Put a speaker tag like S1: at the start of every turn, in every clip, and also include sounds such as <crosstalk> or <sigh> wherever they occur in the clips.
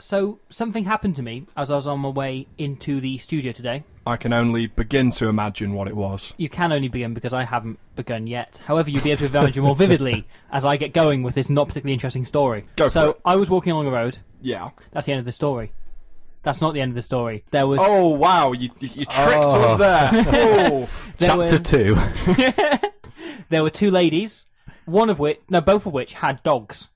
S1: so something happened to me as I was on my way into the studio today.
S2: I can only begin to imagine what it was.
S1: You can only begin because I haven't begun yet. However, you'll be able to imagine more
S2: <laughs>
S1: vividly as I get going with this not particularly interesting story.
S2: Go for
S1: so
S2: it.
S1: I was walking along a road.
S2: Yeah.
S1: That's the end of the story. That's not the end of the story. There was
S2: Oh wow, you you, you tricked us <laughs>
S3: Oh.
S2: there. Oh.
S1: there
S3: Chapter
S1: were,
S3: two.
S1: <laughs> there were two ladies, one of which no, both of which had dogs.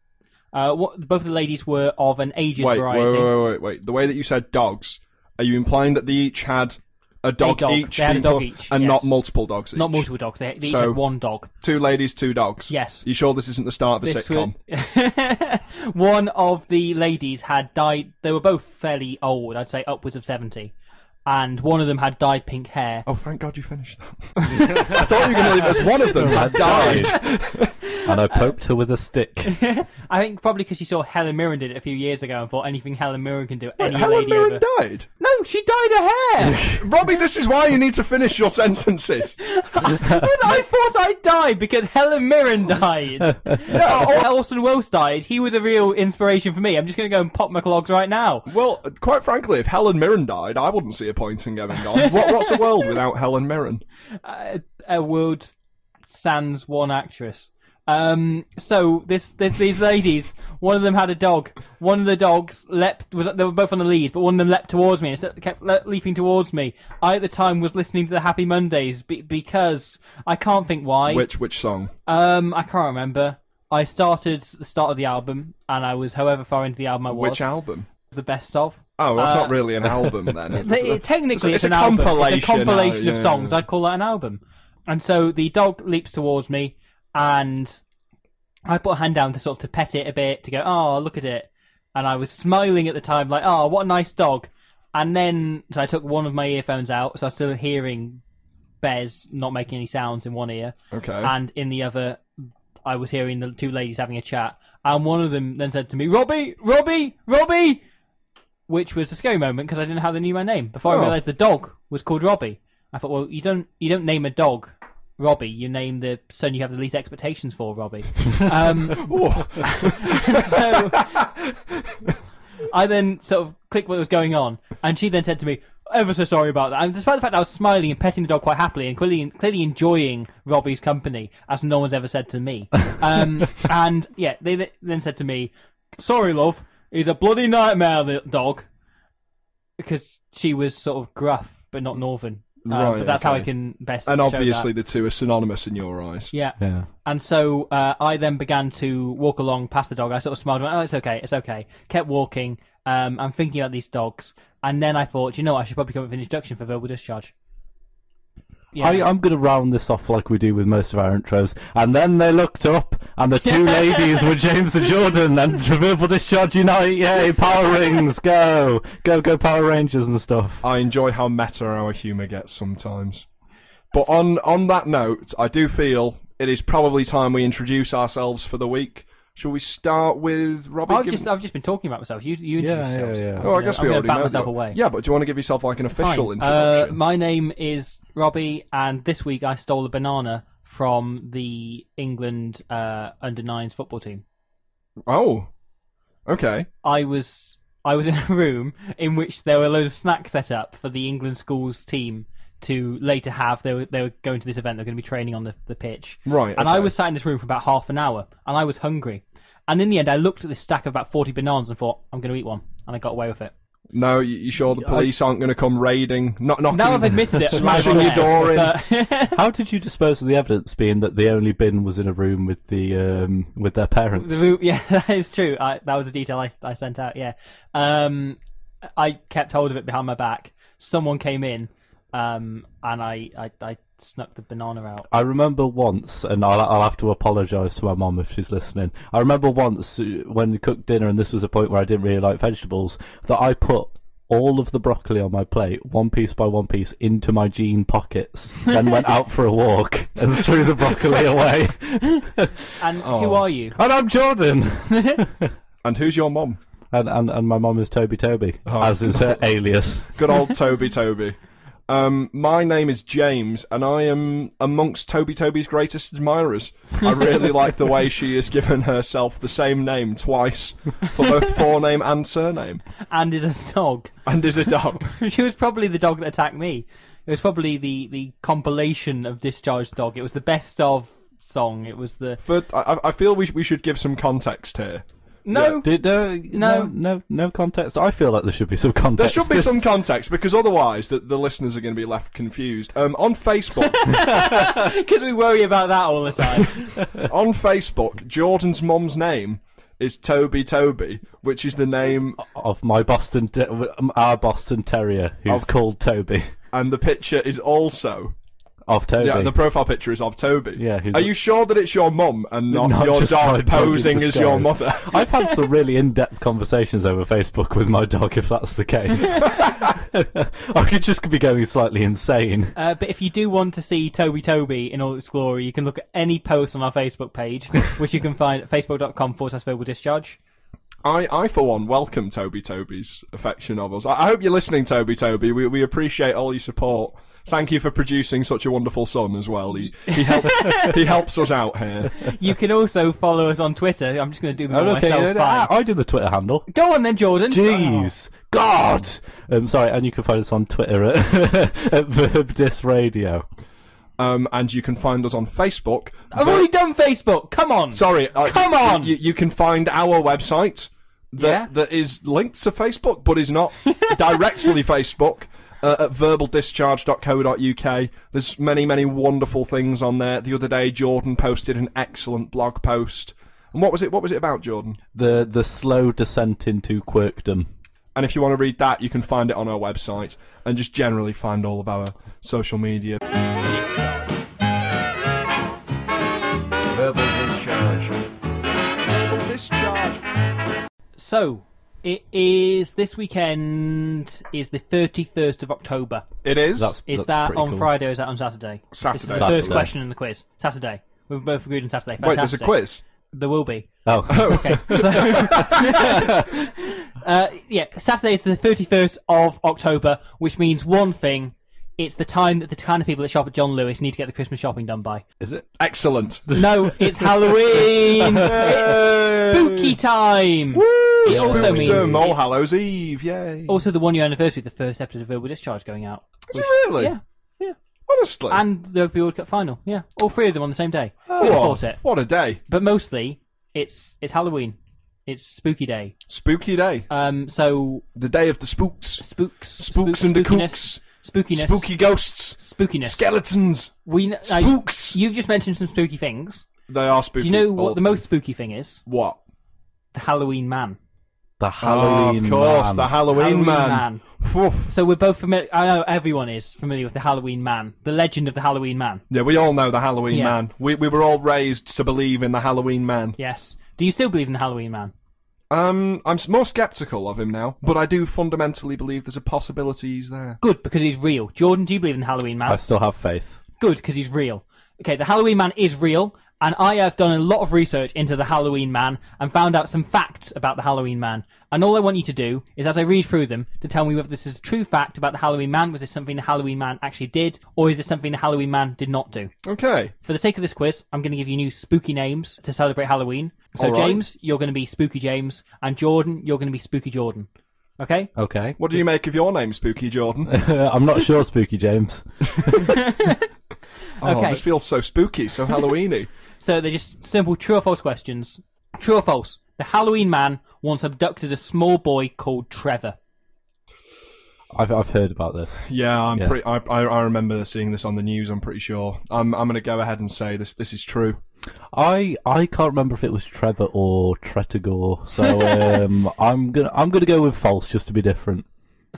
S1: Uh, what, both of the ladies were of an aged
S2: wait, wait,
S1: variety.
S2: wait, wait, wait, wait. The way that you said dogs, are you implying that they each had a dog,
S1: dog.
S2: each,
S1: They had a
S2: being
S1: dog
S2: put-
S1: each,
S2: and
S1: yes.
S2: not multiple dogs?
S1: Not
S2: each?
S1: multiple dogs. They, they each
S2: So-
S1: had one dog.
S2: Two ladies, two dogs.
S1: Yes.
S2: You sure this isn't the start of a
S1: This
S2: sitcom?
S1: would- <laughs> one of the ladies had died. They were both fairly old. I'd say upwards of seventy, and one of them had dyed pink hair.
S2: Oh, thank God you finished
S1: <laughs>
S2: that. I thought you were going to leave us one of
S3: <laughs>
S2: them had <laughs> died.
S3: and I poked her with a <laughs> stick.
S1: I think probably because she saw Helen Mirren did it a few years ago and thought anything Helen Mirren can do, any
S2: Helen
S1: lady
S2: Mirren
S1: ever.
S2: died.
S1: No, she dyed her <laughs> hair.
S2: Robbie, this is why you need to finish your sentences.
S1: but I thought I died because Helen Mirren <laughs> died. no, Orson Welles died. He was a real inspiration for me. I'm just going to go and pop my clogs right now.
S2: Well, quite frankly, if Helen Mirren died, I wouldn't see a point in going
S1: <laughs>
S2: on. What, what's a world without Helen Mirren?
S1: uh, a world sans one actress. Um, so this, this, these ladies, one of them had a dog. One of the dogs leapt, was, they were both on the lead, but one of them leapt towards me and it kept le- leaping towards me. I at the time was listening to the Happy Mondays be- because I can't think why.
S2: Which which song?
S1: Um, I can't remember. I started the start of the album and I was however far into the album I was.
S2: Which album?
S1: the best of.
S2: Oh, that's
S1: Uh,
S2: not really
S1: <laughs>
S2: an album then. It's
S1: They-
S2: a-
S1: technically, it's,
S2: a
S1: an album. It's a
S2: compilation, uh,
S1: compilation of
S2: yeah,
S1: songs.
S2: yeah.
S1: I'd call that an album. And so the dog leaps towards me, and I put a hand down to sort of to pet it a bit to go, oh, look at it. And I was smiling at the time, like, oh, what a nice dog. And then so I took one of my earphones out, so I was still hearing Bez not making any sounds in one ear,
S2: Okay.
S1: and in the other, I was hearing the two ladies having a chat. And one of them then said to me, Robbie, Robbie, Robbie! Which was a scary moment because I didn't know how they knew my name. Before I
S2: Oh.
S1: realised the dog was called Robbie. I thought, well, you don't you don't name a dog Robbie. You name the son you have the least expectations for, Robbie. um, so <laughs> I then sort of clicked what was going on, and she then said to me, "Ever so sorry about that." And despite the fact I was smiling and petting the dog quite happily and clearly, clearly enjoying Robbie's company, as no one's ever said to me.
S2: <laughs>
S1: Um, and yeah, they th- then said to me, "Sorry, love, he's a bloody nightmare, the dog," because she was sort of gruff but not northern. Um,
S2: Right,
S1: but that's how I
S2: okay.
S1: can best.
S2: and
S1: show
S2: obviously
S1: that.
S2: the two are synonymous in your eyes.
S1: yeah.
S3: Yeah.
S1: And so uh, I then began to walk along past the dog. I sort of smiled, and went, "Oh, it's okay, it's okay." Kept walking. Um, I'm thinking about these dogs, and then I thought, you know, what? I should probably come up with an introduction for verbal discharge. Yeah,
S3: I, I'm going to round this off like we do with most of our intros. And then they looked up, and the <laughs> two ladies were James and Jordan, <laughs> and the Verbal Discharge Unite. Yay, Power Rings, go! Go, go, Power Rangers and stuff.
S2: I enjoy how meta our humour gets sometimes. But on on that note, I do feel it is probably time we introduce ourselves for the week. Shall we start with Robbie?
S1: I've
S2: Give-
S1: just I've just been talking about myself. You you
S3: Yeah,
S1: introduce
S3: yeah,
S1: yourself.
S3: yeah.
S2: oh, I guess
S1: I'm
S2: we
S1: gonna
S2: already
S1: bat
S2: know
S1: myself
S2: that.
S1: away.
S2: Yeah, but do you want to give yourself like an official
S1: Fine. Uh,
S2: introduction?
S1: my name is Robbie, and this week I stole a banana from the England uh, under nines football team.
S2: oh, okay.
S1: I was I was in a room in which there were loads of snacks set up for the England schools team to later have. They were they were going to this event. They were going to be training on the, the pitch.
S2: Right,
S1: And I
S2: okay.
S1: was sat in this room for about half an hour, and I was hungry. And in the end, I looked at this stack of about forty bananas and thought, I'm going to eat one, and I got away with it.
S2: No, you, you sure the police aren't going to come raiding? Not knocking.
S1: Now I've admitted it,
S2: <laughs> Smashing
S1: live on
S2: your
S1: air,
S2: door in.
S1: <laughs> but-
S3: How did you dispose of the evidence, being that the only bin was in a room with the um, with their parents?
S1: The room, <laughs> yeah, that is true. I, that was a detail I, I sent out. Yeah, um, I kept hold of it behind my back. Someone came in, um, and I, I, I snuck the banana out.
S3: I remember once, and I'll, I'll have to apologise to my mum if she's listening. I remember once uh, when we cooked dinner, and this was a point where I didn't really like vegetables, that I put all of the broccoli on my plate, one piece by one piece, into my jean pockets, then
S2: <laughs>
S3: went out for a walk and threw the broccoli away.
S1: And who are you?
S3: And I'm Jordan!
S2: <laughs> And who's your mom? Oh,
S3: And, and, and my mum is Toby Toby, as is her alias.
S2: Good old Toby Toby. Um, my name is James, and I am amongst Toby Toby's greatest admirers. I
S3: <laughs>
S2: really like the way she has given herself the same name twice for
S3: <laughs>
S2: both forename and surname,
S1: and is a <laughs> dog.
S2: and is a
S3: <laughs>
S2: dog.
S1: she was probably the dog that attacked me. It was probably the, the compilation of Discharged Dog. It was the best of song. It was the
S2: For, I, I feel we, sh- we should give some context here.
S1: no. <laughs>
S3: Did, uh,
S1: No.
S3: no, no, no context. I feel like there should be some
S2: There
S3: context.
S2: should be
S3: This-
S2: some context because otherwise the, the listeners are going to be left confused. Um, on Facebook,
S1: Because we worry about that all the time.
S2: on Facebook, Jordan's mom's name is Toby Toby, which is the name
S3: of my Boston, te- our Boston Terrier, who's
S2: Of-
S3: called Toby.
S2: and the picture is also
S3: Of Toby.
S2: yeah. The profile picture is of Toby.
S3: Yeah, who's
S2: Are
S3: a-
S2: you sure that it's your mum and not,
S3: Not
S2: your
S3: just my
S2: dog
S3: dog in
S2: posing as your
S3: disguise.
S2: mother?
S3: <laughs> I've had some really in-depth conversations over Facebook with my dog. If that's the
S2: <laughs>
S3: case, <laughs> I could just be going slightly insane.
S1: Uh, but if you do want to see Toby Toby in all its glory, you can look at any post on our Facebook page, which you can find at facebook.com forward slash verbal discharge.
S2: I, I for one welcome Toby Toby's affection of us. I, I hope you're listening, Toby Toby. We we appreciate all your support. Thank you for producing such a wonderful son as well. He he, help, he helps us out here.
S1: You can also follow us on Twitter. I'm just going to do
S2: Oh,
S3: Oh,
S1: them all myself.
S3: no, no, I,
S1: fine.
S3: I do the Twitter handle.
S1: Go on then, Jordan.
S3: Jeez, God. Um, sorry, and you can find us on Twitter at, <laughs> at Verb Dis Radio.
S2: Um, and you can find us on Facebook.
S1: I've
S2: Ver-
S1: already done Facebook. Come on.
S2: Sorry, uh,
S1: Come
S2: y-
S1: on!
S2: You, you can find our website that
S1: Yeah.
S2: that is linked to Facebook, but is
S1: <laughs>
S2: not directly Facebook. Uh, at verbaldischarge.co.uk. There's many, many wonderful things on there. The other day, Jordan posted an excellent blog post. And what was it? What was it about, Jordan?
S3: The the slow descent into quirkdom.
S2: And if you want to read that, you can find it on our website and just generally find all of our social media.
S4: Discharge. Verbal discharge.
S2: Verbal discharge.
S1: So, it is this weekend is the 31st of October.
S2: It is
S3: That's
S1: Is
S3: that's
S1: that
S3: pretty
S1: on
S3: cool.
S1: Friday or is that on Saturday? This is
S2: Saturday.
S1: the first
S3: Saturday.
S1: question in the quiz. Saturday. We've both agreed on Saturday.
S2: Wait,
S1: Fantastic.
S2: there's a quiz.
S1: There will be.
S2: <laughs>
S3: Oh,
S1: Okay. So, <laughs> uh, yeah, Saturday is the 31st of October, which means one thing. It's the time that the kind of people that shop at John Lewis need to get the Christmas shopping done by.
S3: is it?
S2: <laughs> Excellent.
S1: No, it's
S2: <laughs>
S1: Halloween! it's spooky time! It
S2: Spooked
S1: also means.
S2: Him, All
S1: it's Oh,
S2: Hallows Eve, yay.
S1: Also, the one year anniversary of the first episode of Verbal Discharge going out.
S2: Is it really?
S1: Yeah, yeah.
S2: Honestly.
S1: And the Rugby World Cup final. Yeah. All three of them on the same day. Who'd have
S2: oh,
S1: thought it?
S2: what a day.
S1: But mostly, it's it's Halloween. It's spooky day.
S2: Spooky day.
S1: Um, so
S2: The day of the spooks.
S1: spooks,
S2: Spooks and the
S1: spookiness,
S2: kooks.
S1: spookiness,
S2: Spooky ghosts.
S1: spookiness.
S2: Skeletons.
S1: we know,
S2: Spooks.
S1: you've just mentioned some spooky things.
S2: They are spooky.
S1: Do you know
S2: all
S1: what the
S2: of them.
S1: most spooky thing is?
S2: What?
S1: The Halloween man.
S3: The Halloween.
S2: oh, of course,
S3: man.
S2: the Halloween,
S1: Halloween
S2: man. Woof.
S1: So we're both familiar. I know everyone is familiar with the Halloween man, the legend of the Halloween man.
S2: Yeah, we all know the Halloween
S1: Yeah.
S2: man. We, we were all raised to believe in the Halloween man.
S1: Yes. Do you still believe in the Halloween man?
S2: Um, I'm s- more skeptical of him now, but I do fundamentally believe there's a possibility he's there.
S1: Good, because he's real. Jordan, do you believe in the Halloween man?
S3: I still have faith.
S1: Good, because he's real. Okay, the Halloween man is real, and I have done a lot of research into the Halloween man and found out some facts about the Halloween man. And all I want you to do is, as I read through them, to tell me whether this is a true fact about the Halloween man. Was this something the Halloween man actually did, or is this something the Halloween man did not do?
S2: Okay.
S1: For the sake of this quiz, I'm going to give you new spooky names to celebrate Halloween. So,
S2: All right.
S1: James, you're going to be Spooky James, and Jordan, you're going to be Spooky Jordan. Okay?
S3: Okay. <laughs>
S2: What do you make of your name, Spooky <laughs> Jordan?
S3: I'm not sure, Spooky James.
S2: Oh,
S1: Okay.
S2: this feels so spooky, so Halloweeny.
S1: So they're just simple true or false questions. True or false? The Halloween man once abducted a small boy called Trevor.
S3: I've, I've heard about this.
S2: <laughs> Yeah, I'm
S3: Yeah.
S2: pretty. I, I I remember seeing this on the news. I'm pretty sure. I'm I'm going to go ahead and say this. This is true.
S3: I I can't remember if it was Trevor or Tretagor, so um, I'm gonna I'm gonna go with false just to be different.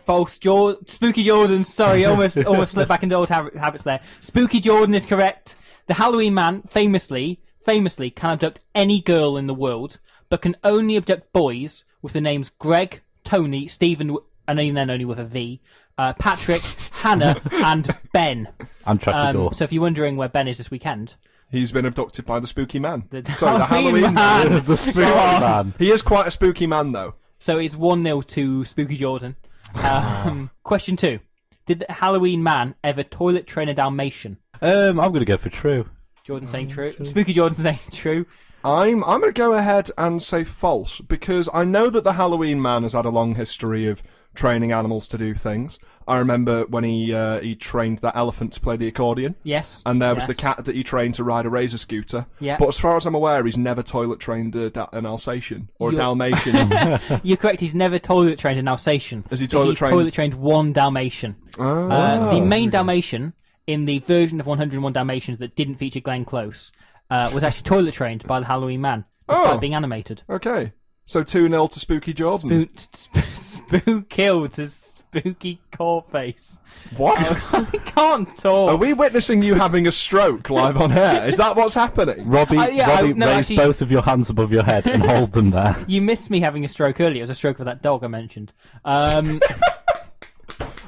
S1: False. Jor- Spooky Jordan. Sorry, almost almost slipped back into old hab- habits there. Spooky Jordan is correct. The Halloween man famously famously can abduct any girl in the world, but can only abduct boys with the names Greg, Tony, Stephen, and even then only with a V, uh, Patrick, Hannah, and Ben.
S3: And
S1: Um,
S3: Tretagor.
S1: so if you're wondering where Ben is this weekend,
S2: He's been abducted by the spooky man.
S1: the
S2: Sorry, the Halloween man.
S1: um,
S3: <laughs> the spooky
S1: Sorry.
S3: <laughs> man.
S2: He is quite a spooky man, though. Ah.
S1: So it's 1 0 to Spooky Jordan. Um, question two Did the Halloween man ever toilet train a Dalmatian?
S3: Um, I'm gonna go for true.
S1: Jordan saying true. Spooky Jordan <laughs> saying true.
S2: I'm I'm going to go ahead and say false because I know that the Halloween man has had a long history of training animals to do things. I remember when he uh, he trained that elephant to play the accordion,
S1: Yes.
S2: and there was the
S1: Yes.
S2: cat that he trained to ride a razor scooter.
S1: Yeah.
S2: But as far as I'm aware, he's never toilet trained a, da- an Alsatian or a
S1: You're-
S2: Dalmatian.
S1: <laughs> You're correct. He's never toilet trained an Alsatian.
S2: Has he
S1: But
S2: toilet
S1: he's
S2: trained-
S1: toilet trained one Dalmatian.
S2: Oh.
S1: Uh, the main Dalmatian in the version of 101 Dalmatians that didn't feature Glenn Close uh, was actually toilet trained by the Halloween man, despite
S2: Oh.
S1: being animated.
S2: okay, so two 0 to Spooky Jordan.
S1: Spook, <laughs> spook killed to spooky core face. <laughs>
S2: what?
S1: I can't
S2: Are
S1: talk.
S2: we witnessing you having a stroke live on air? Is that
S1: <laughs>
S2: what's happening?
S3: Robbie,
S1: Uh, yeah, I-
S3: Robbie,
S1: no,
S3: raise
S1: actually-
S3: both of your hands above your head and hold
S1: <laughs>
S3: them there.
S1: You missed me having a stroke earlier. It was a stroke of that dog I mentioned.
S3: <laughs>
S1: Um,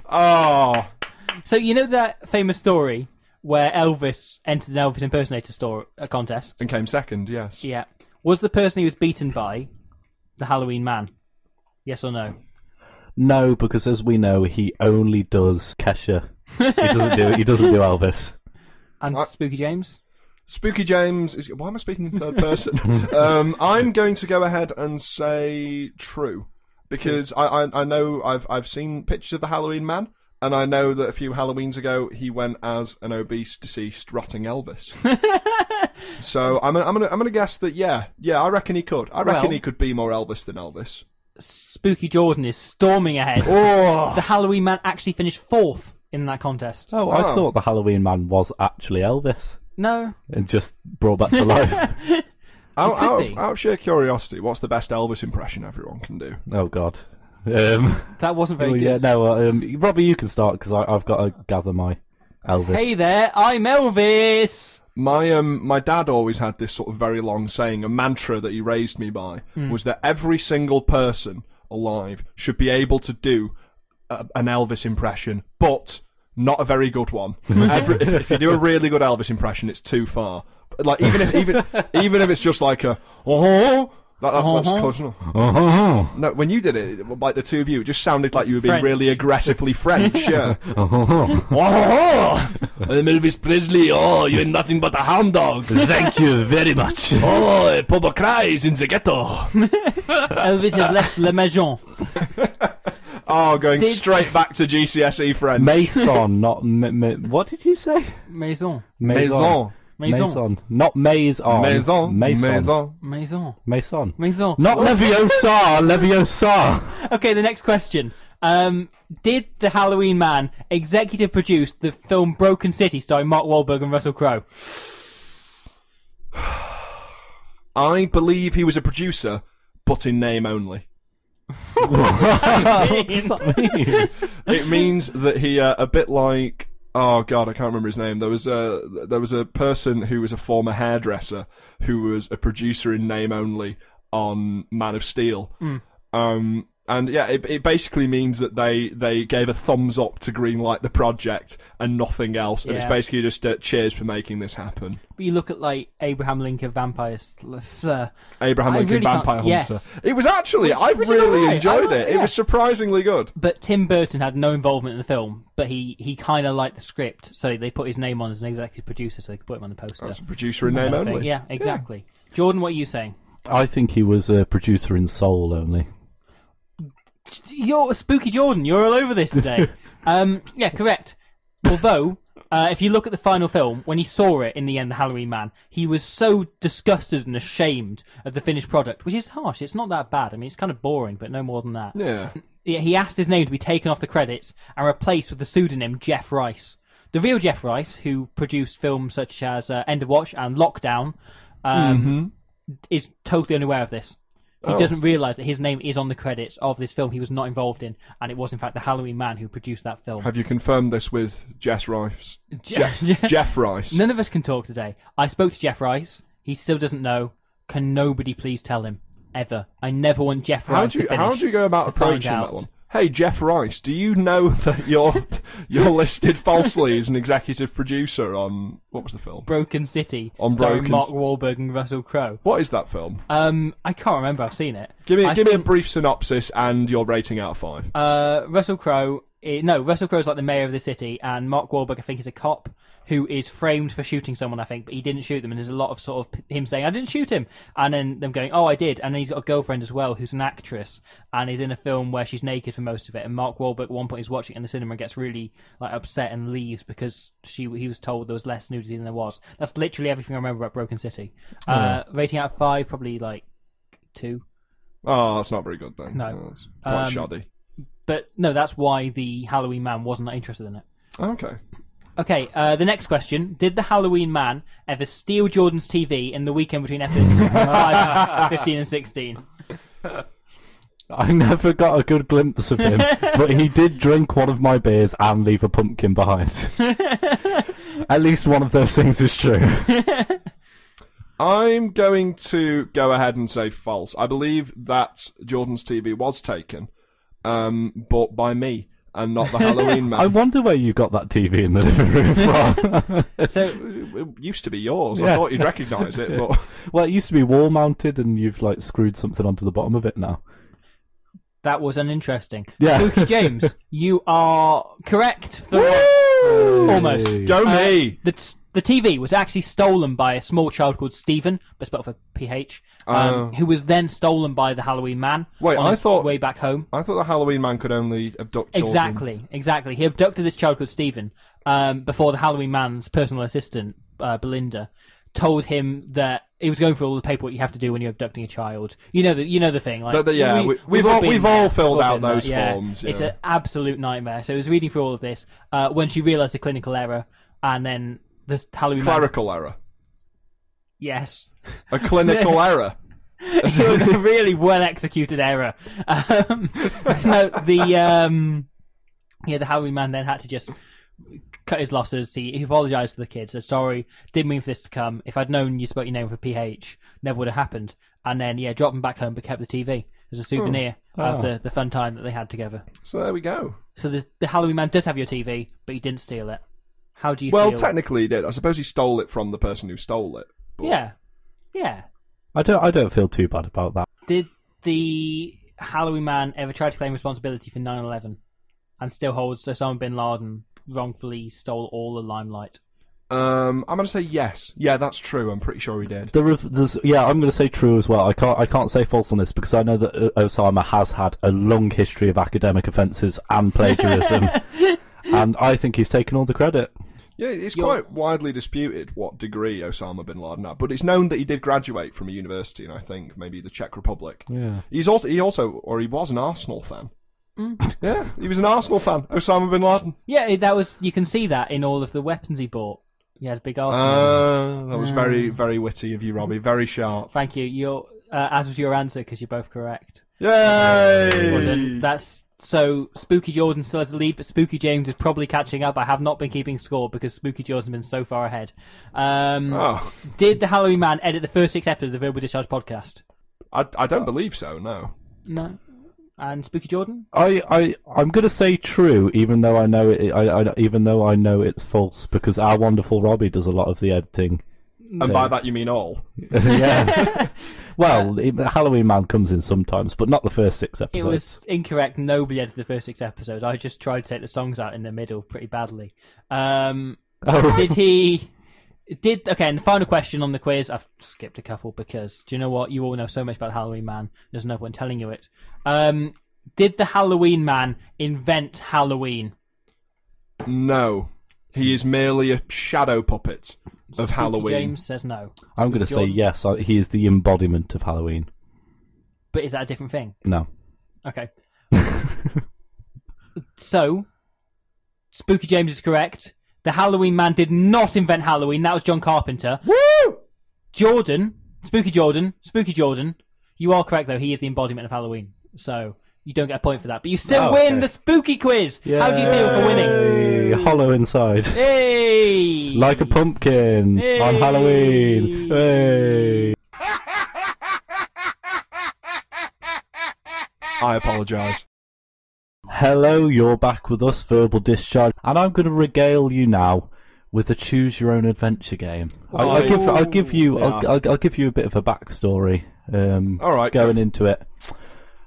S2: Oh,
S1: so you know that famous story where Elvis entered an Elvis impersonator store a contest.
S2: and came second. Yes.
S1: Yeah. Was the person he was beaten by the Halloween man? Yes or no?
S3: No, because as we know, he only does Kesha. he doesn't do. He doesn't do
S1: <laughs>
S3: Elvis.
S1: And
S2: I-
S1: Spooky James?
S2: Spooky James is. Why am I speaking in
S1: <laughs>
S2: third person? um, I'm going to go ahead and say true because I, I, I know I've I've seen pictures of the Halloween man. And I know that a few Halloweens ago, he went as an obese, deceased,
S1: <laughs>
S2: rotting Elvis. so I'm gonna, I'm gonna I'm gonna guess that yeah, yeah, I reckon he could. I reckon
S1: Well-
S2: he could be more Elvis than Elvis.
S1: Spooky Jordan is storming ahead.
S2: Oh,
S1: the Halloween man actually finished fourth in that contest.
S3: Oh, I
S2: Oh.
S3: thought the Halloween man was actually Elvis
S1: No.
S3: and just brought back
S1: <laughs>
S3: to life.
S2: out,
S1: could
S2: out,
S1: be.
S2: of, out of sheer curiosity, what's the best Elvis impression everyone can do?
S3: oh God. Um,
S1: That wasn't very
S3: well,
S1: good.
S3: yeah, no, um, Robbie, you can start because I've got to gather my Elvis. <laughs>
S1: Hey there, I'm Elvis.
S2: My um, my dad always had this sort of very long saying, a mantra that he raised me by, was that every single person alive should be able to do a, an Elvis impression, but not a very good one. every, if, if you do a really good Elvis impression, it's too far. Like even if even even if it's just like a oh. That, that's, that's close enough.
S3: Uh-huh.
S2: No, when you did it, like the two of you, it just sounded like you were being
S1: French.
S2: really aggressively <laughs> French. Yeah.
S3: <laughs> Oh,
S2: Oh, I'm Elvis Presley. Oh, you're nothing but a hound dog.
S3: thank you very much.
S2: Oh, Pobo cries in the ghetto.
S1: Elvis has left La Maison.
S2: <laughs> Oh, going
S1: Did-
S2: straight back to GCSE E, friend.
S3: Mason, not ma- ma- what did you say?
S1: Maison.
S2: Maison.
S1: Maison.
S3: Maison, not maze on.
S2: Maison.
S3: Mason.
S2: Maison.
S1: Maison.
S3: Mason.
S1: Maison.
S3: Not Leviosa,
S1: <laughs>
S3: Leviosa. <laughs>
S1: Okay, the next question. Um, did the Halloween man executive produce the film Broken City starring Mark Wahlberg and Russell Crowe?
S2: I believe he was a producer, but in name only.
S3: What's that mean?
S2: It means that he, uh, a bit like. Oh god, I can't remember his name. There was a there was a person who was a former hairdresser who was a producer in name only on Man of Steel.
S1: Hmm.
S2: Um, and yeah, it, it basically means that they, they gave a thumbs up to greenlight the project and nothing else. And it's
S1: Yeah.
S2: basically just uh, cheers for making this happen.
S1: But you look at like Abraham Lincoln Vampire uh, Sl- Fleur.
S2: Abraham
S1: I
S2: Lincoln
S1: really
S2: Vampire Hunter.
S1: can't- yes.
S2: It was actually
S1: Which-
S2: I
S1: which is
S2: really
S1: alright,
S2: enjoyed
S1: I
S2: it.
S1: like-
S2: It
S1: yeah.
S2: was surprisingly good.
S1: But Tim Burton had no involvement in the film, but he, he kind of liked the script, so they put his name on as an executive producer, so they could put him on the poster.
S2: That's a producer in name
S1: Kind of thing.
S2: only.
S1: Yeah, exactly. Jordan, what are you saying?
S3: I think he was a producer in Soul only.
S1: You're spooky, Jordan. You're all over this today. um, yeah, correct. Although, uh, if you look at the final film, when he saw it in the end, the Halloween Man, he was so disgusted and ashamed of the finished product, which is harsh. It's not that bad. I mean, it's kind of boring, but no more than that.
S2: Yeah.
S1: Yeah, he asked his name to be taken off the credits and replaced with the pseudonym Jeff Rice. The real Jeff Rice, who produced films such as uh, End of Watch and Lockdown, um,
S2: Mm-hmm.
S1: is totally unaware of this.
S2: Oh.
S1: He doesn't realise that his name is on the credits of this film he was not involved in, and it was in fact the Halloween man who produced that
S2: <laughs>
S1: film.
S2: Have you confirmed this with Jess Rice?
S1: <laughs> Jeff-
S2: Jeff Rice.
S1: None of us can talk today. I spoke to Jeff Rice. He still doesn't know. Can nobody please tell him? Ever. I never want Jeff
S2: how
S1: Rice
S2: do you
S1: to finish.
S2: how do you go about
S1: to find
S2: approaching that
S1: out.
S2: one? Hey Jeff Rice, do you know <laughs> that you're you're listed falsely as an executive producer on what was the film?
S1: Broken City,
S2: On
S1: starring
S2: Broken
S1: Mark
S2: C-
S1: Wahlberg and Russell Crowe.
S2: What is that film?
S1: Um, I can't remember. I've seen it.
S2: Give me
S1: I
S2: give me a
S1: think,
S2: brief synopsis and your rating out of five.
S1: Uh, Russell Crowe eh, no, Russell Crowe's like the mayor of the city, and Mark Wahlberg, I think, is a cop who is framed for shooting someone, I think, but he didn't shoot them. And there's a lot of sort of p- him saying, I didn't shoot him. And then them going, oh, I did. And then he's got a girlfriend as well who's an actress and is in a film where she's naked for most of it. And Mark Wahlberg at one point is watching it in the cinema and gets really like upset and leaves because she he was told there was less nudity than there was. That's literally everything I remember about Broken City. Uh, rating out of five, probably like two.
S2: Oh, that's not very good then.
S1: No.
S2: Oh, that's quite
S1: Um,
S2: shoddy.
S1: But no, that's why the Halloween man wasn't that interested in it.
S2: Okay.
S1: Okay, uh, the next question. Did the Halloween man ever steal Jordan's TV in the weekend between episodes <laughs> 5, 15 and 16?
S3: I never got a good glimpse
S1: <laughs>
S3: of him, but he did drink one of my beers and leave a
S1: <laughs>
S3: pumpkin behind. At least one of those things is true.
S2: I'm going to go ahead and say false. I believe that Jordan's TV was taken, um, but by me
S1: <laughs>
S2: and not the Halloween man.
S3: I wonder where you got that TV in the living room from.
S1: So,
S2: it it used to be yours. I
S3: Yeah.
S2: thought you'd recognise it, but
S3: well, it used to be wall mounted, and you've like screwed something onto the bottom of it now.
S1: that was uninteresting.
S3: Yeah.
S1: Spooky James, you are correct for Almost.
S3: Yay.
S2: go me.
S1: The, t- the TV was actually stolen by a small child called Stephen, but spelled for PH, um,
S2: Oh.
S1: who was then stolen by the Halloween man
S2: Wait,
S1: on
S2: I
S1: his
S2: thought-
S1: way back home.
S2: I thought the Halloween man could only abduct children.
S1: Exactly, exactly. He abducted this child called Stephen um, before the Halloween man's personal assistant, uh, Belinda, told him that he was going through all the paperwork you have to do when you're abducting a child. You know the you know the thing. Like,
S2: That- that- yeah, we- we've all-
S1: been
S2: we've
S1: there.
S2: all
S1: We've
S2: filled out
S1: been there,
S2: those
S1: yeah.
S2: forms,
S1: It's
S2: yeah.
S1: an absolute nightmare. So he was reading through all of this uh, when she realised the clinical error, and then the Halloween man.
S2: Clerical error.
S1: Yes. <laughs>
S2: A clinical error.
S1: it was a really well executed error. Um, <laughs> so the um, yeah, the Halloween man then had to just cut his losses. He, he apologized to the kids. Said sorry, didn't mean for this to come. If I'd known you spoke your name for PH, never would have happened. And then yeah, dropped them back home, but kept the TV as a souvenir of the, the fun time that they had together.
S2: So there we go.
S1: So the, the Halloween man does have your TV, but he didn't steal it. How do you
S2: Well,
S1: feel?
S2: technically he did. I suppose he stole it from the person who stole it. but-
S1: yeah, yeah.
S3: I don't. I don't feel too bad about that.
S1: Did the Halloween man ever try to claim responsibility for 9 11 and still holds Osama bin Laden wrongfully stole all the limelight?
S2: Um, I'm going to say yes. Yeah, that's true. I'm pretty sure he did.
S3: There, are- there's, yeah, I'm going to say true as well. I can't. I can't say false on this because I know that uh, Osama has had a long history of academic offences and plagiarism, and I think he's taken all the credit.
S2: Yeah, it's
S1: You're-
S2: quite widely disputed what degree Osama bin Laden had, but it's known that he did graduate from a university, and I think maybe the Czech Republic.
S3: Yeah.
S2: He's also he also or he was an Arsenal fan. <laughs> yeah, he was an Arsenal fan. Osama bin Laden.
S1: Yeah, that was. You can see that in all of the weapons he bought. He had a big arsenal.
S2: Uh, that was very very witty of you, Robbie. Very sharp.
S1: Thank you. You're, uh, as was your answer, because you're both correct. Well
S2: Yay!
S1: done. That's so. Spooky Jordan still has the lead, but Spooky James is probably catching up. I have not been keeping score because Spooky Jordan's been so far ahead. Um,
S2: Oh,
S1: Did the Halloween man edit the first six episodes of the Verbal Discharge podcast?
S2: I, I don't believe so. No.
S1: No. And Spooky Jordan?
S3: I, I, I'm going to say true, even though I know it. I, I, even though I know it's false, because our wonderful Robbie does a lot of the editing.
S2: And by that you mean all.
S1: <laughs>
S3: yeah. well, it- Halloween Man comes in sometimes, but not the first six
S1: It
S3: episodes.
S1: was incorrect. Nobody edited the first six episodes. I just tried to take the songs out in the middle pretty badly. Um,
S3: <laughs> Oh.
S1: did he? Did okay? And the final question on the quiz. I've skipped a couple because do you know what? You all know so much about Halloween Man. There's no point telling you it. Um, did the Halloween Man invent Halloween?
S2: No, he is merely a shadow puppet of
S1: Spooky
S2: Halloween.
S1: James says no.
S3: I'm going to
S1: Spooky
S3: say
S1: Jordan.
S3: yes. I, he is the embodiment of Halloween.
S1: But is that a different thing?
S3: No.
S1: Okay. so, Spooky James is correct. The Halloween man did not invent Halloween. That was John Carpenter. Woo! Jordan, Spooky Jordan, Spooky Jordan. You are correct though. He is the embodiment of Halloween. So you don't get a point for that, but you still
S3: Oh,
S1: win
S3: okay.
S1: the spooky quiz. How do you feel for winning?
S3: Yay, Hollow inside.
S1: Hey!
S3: Like a pumpkin on
S1: Hey.
S3: Halloween. Hey.
S2: I apologise.
S3: Hello, you're back with us, Verbal Discharge, and I'm going to regale you now with a choose your own adventure game. I'll, I'll give I'll give you I'll,
S2: Yeah.
S3: I'll, I'll give you a bit of a backstory. Um,
S2: All right, go
S3: going into it,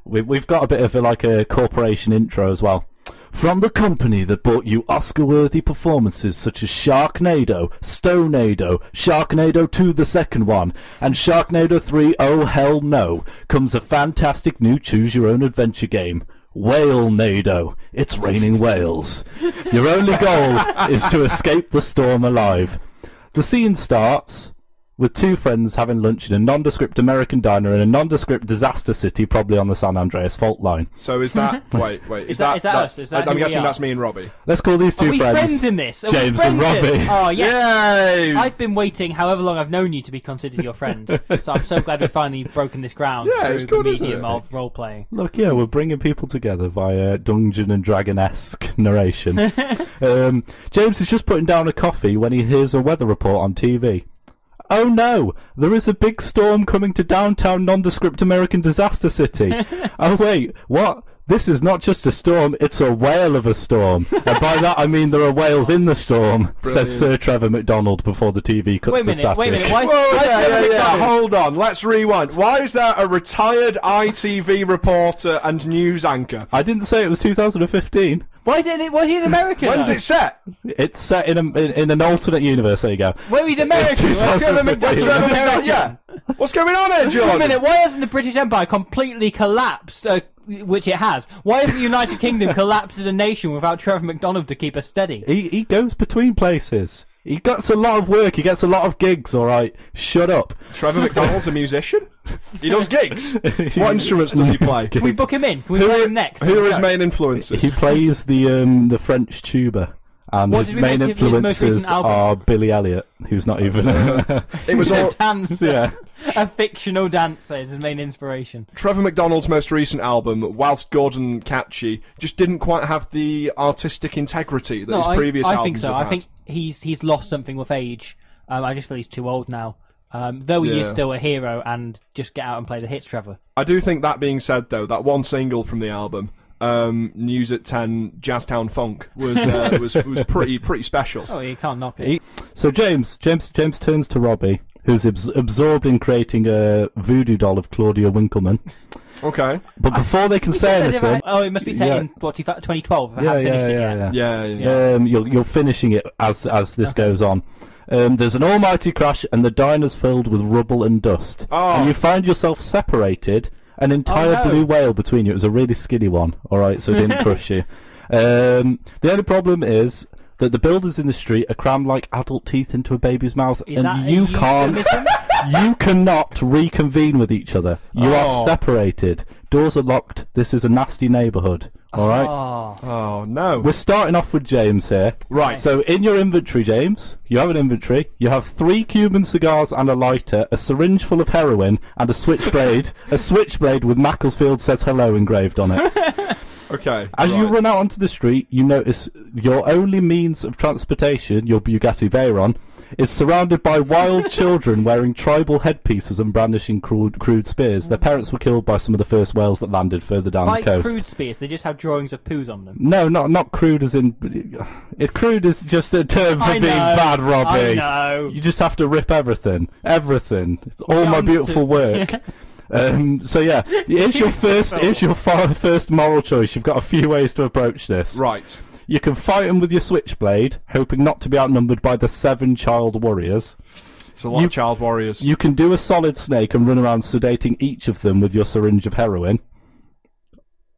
S3: we've we've got a bit of a, like a corporation intro as well. From the company that brought you Oscar worthy performances such as Sharknado, Stonado, Sharknado 2 the second one, and Sharknado 3 Oh Hell No, comes a fantastic new choose your own adventure game. Whale Nado. It's raining whales. Your only goal is to escape the storm alive. The scene starts with two friends having lunch in a nondescript American diner in a nondescript disaster city, probably on the San Andreas fault line.
S2: So
S1: <laughs>
S2: is that wait wait is,
S1: that- is that
S2: that's-
S1: us? Is that
S2: I, am
S1: who we
S2: guessing
S1: are?
S2: that's me and Robbie.
S3: Let's call these two
S1: Are we friends, in this? Are we
S3: James and
S1: friends in-
S3: Robbie.
S1: Oh yes.
S2: Yay!
S1: I've been waiting however long I've known you to be considered your
S2: <laughs>
S1: friend, so I'm so glad we've finally broken this ground
S2: Yeah,
S1: through
S2: it's
S1: the
S2: good, isn't
S1: medium
S2: it?
S1: of role playing.
S3: Look, yeah, we're bringing people together via Dungeon and Dragon
S1: <laughs>
S3: esque narration. um, James is just putting down a coffee when he hears a weather report on TV. Oh no! There is a big storm coming to downtown nondescript American
S1: <laughs>
S3: disaster city. oh wait, what? This is not just a storm, it's a whale of a storm. and by that I mean there are whales in the storm, says Sir Trevor MacDonald before the TV cuts
S1: Wait a
S3: the
S1: minute,
S3: static.
S1: wait a minute, why is,
S2: Whoa,
S1: why is
S2: yeah,
S1: Trevor
S2: yeah, yeah.
S1: McDonald-
S2: Hold on, let's rewind. Why is there a retired ITV reporter and news anchor?
S3: I didn't say it was 2015.
S1: Why is it? in- Why is he in America?
S2: When's
S1: though? <laughs>
S2: it set?
S3: It's set in, a, in, in an alternate universe. There you go.
S1: Where he's
S2: <laughs>
S1: American?
S3: It's
S1: Where's Trevor
S3: 2015.
S2: When's
S1: McDonald?
S2: Trevor
S1: American?
S2: McDonald- Yeah. What's going on here,
S1: Wait a
S2: John?
S1: minute, why hasn't the British Empire completely collapsed? Uh, which it has. Why hasn't the United Kingdom
S2: <laughs>
S1: collapsed as a nation without Trevor McDonald to keep us steady?
S3: He he goes between places. He gets a lot of work. He gets a lot of gigs. All right, shut up.
S2: Trevor McDonald's a musician. He
S1: <laughs>
S2: does gigs. What instruments does he play?
S1: Can we book him in? Can we play him next?
S2: Who are his main influences?
S3: He plays the um the French tuba, and
S1: What
S3: his
S1: did we make
S3: main
S1: of his most
S3: influences
S1: recent album?
S3: are Billy Elliot, who's not even. <laughs> a
S2: it was
S1: <laughs>
S2: all
S1: a dancer,
S3: yeah,
S1: a fictional dancer is his main inspiration.
S2: Trevor McDonald's most recent album, whilst good and catchy, just didn't quite have the artistic integrity that
S1: No,
S2: his
S1: I,
S2: previous
S1: I
S2: albums
S1: think so.
S2: have
S1: I
S2: had.
S1: think he's he's lost something with age. Um, I just feel he's too old now. Um, though he is
S2: Yeah.
S1: still a hero, and just get out and play the hits, Trevor.
S2: I do think that being said, though, that one single from the album, um, "News at Ten, Jazztown Funk," was
S3: <laughs>
S2: uh, was was pretty pretty special.
S1: Oh, you can't knock it.
S3: He- So James James James turns to Robbie, who's abs- absorbed in creating a voodoo doll of Claudia Winkelmann.
S2: Okay.
S3: But before they
S1: <laughs>
S3: can
S1: We
S3: say
S1: said that,
S3: anything,
S1: right? Oh, it must be set
S3: Yeah.
S1: in what, 2012. I
S3: yeah,
S1: haven't
S3: yeah,
S1: finished it
S3: yeah,
S1: yet.
S3: yeah.
S2: Yeah. yeah.
S3: Um, you're, you're finishing it as as this goes on. Um, there's an almighty crash, and the diner's filled with rubble and dust.
S2: Oh.
S3: And you find yourself separated. An entire
S1: Oh, no.
S3: blue whale between you. It was a really skinny one. All right, so it
S1: <laughs>
S3: didn't crush you. Um, the only problem is that the builders in the street are crammed like adult teeth into a baby's mouth,
S1: Is that
S3: and
S1: a
S3: you
S2: <laughs>
S3: can't.
S1: euphemism?
S3: you cannot reconvene with each other.
S1: Oh.
S3: You are separated. Doors are locked. This is a nasty neighbourhood. All right.
S1: Oh.
S2: Oh no.
S3: We're starting off with James here.
S2: Right.
S3: So in your inventory, James, you have an inventory. You have three Cuban cigars and a lighter, a syringe full of heroin, and a switchblade. a switchblade with Macclesfield says hello engraved on it.
S2: okay.
S3: As you
S2: right.
S3: run out onto the street, you notice your only means of transportation, your Bugatti Veyron, is surrounded
S2: <laughs>
S3: by wild children wearing tribal headpieces and brandishing crude, crude spears. Their parents were killed by some of the first whales that landed further down
S1: Like
S3: the coast.
S1: crude spears, they just have drawings of poos on them.
S3: No, not not crude as in. It crude is just a term for
S1: I
S3: being
S1: know,
S3: bad,
S2: Oh,
S3: Robbie.
S1: I know.
S3: You just have to rip everything, everything. It's all my
S1: Young
S3: beautiful
S1: Sue.
S3: work.
S1: <laughs>
S3: um, so yeah, it's your first, it's your far, first moral choice. You've got a few ways to approach this.
S2: Right.
S3: You can fight them with your switchblade, hoping not to be outnumbered by the seven child warriors.
S2: It's a lot
S3: You-
S2: of child warriors.
S3: You can do a solid snake and run around sedating each of them with your syringe of heroin.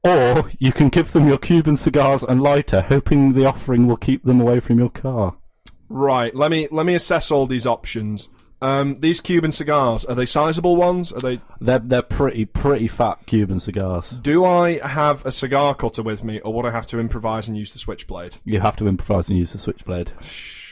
S3: Or you can give them your Cuban cigars and lighter, hoping the offering will keep them away from your car.
S2: Right. Let me let me assess all these options. Um, these Cuban cigars are they sizable ones? Are they?
S3: They're, they're pretty, pretty fat Cuban cigars.
S2: Do I have a cigar cutter with me, or would I have to improvise and use the switchblade?
S3: You have to improvise and use the switchblade.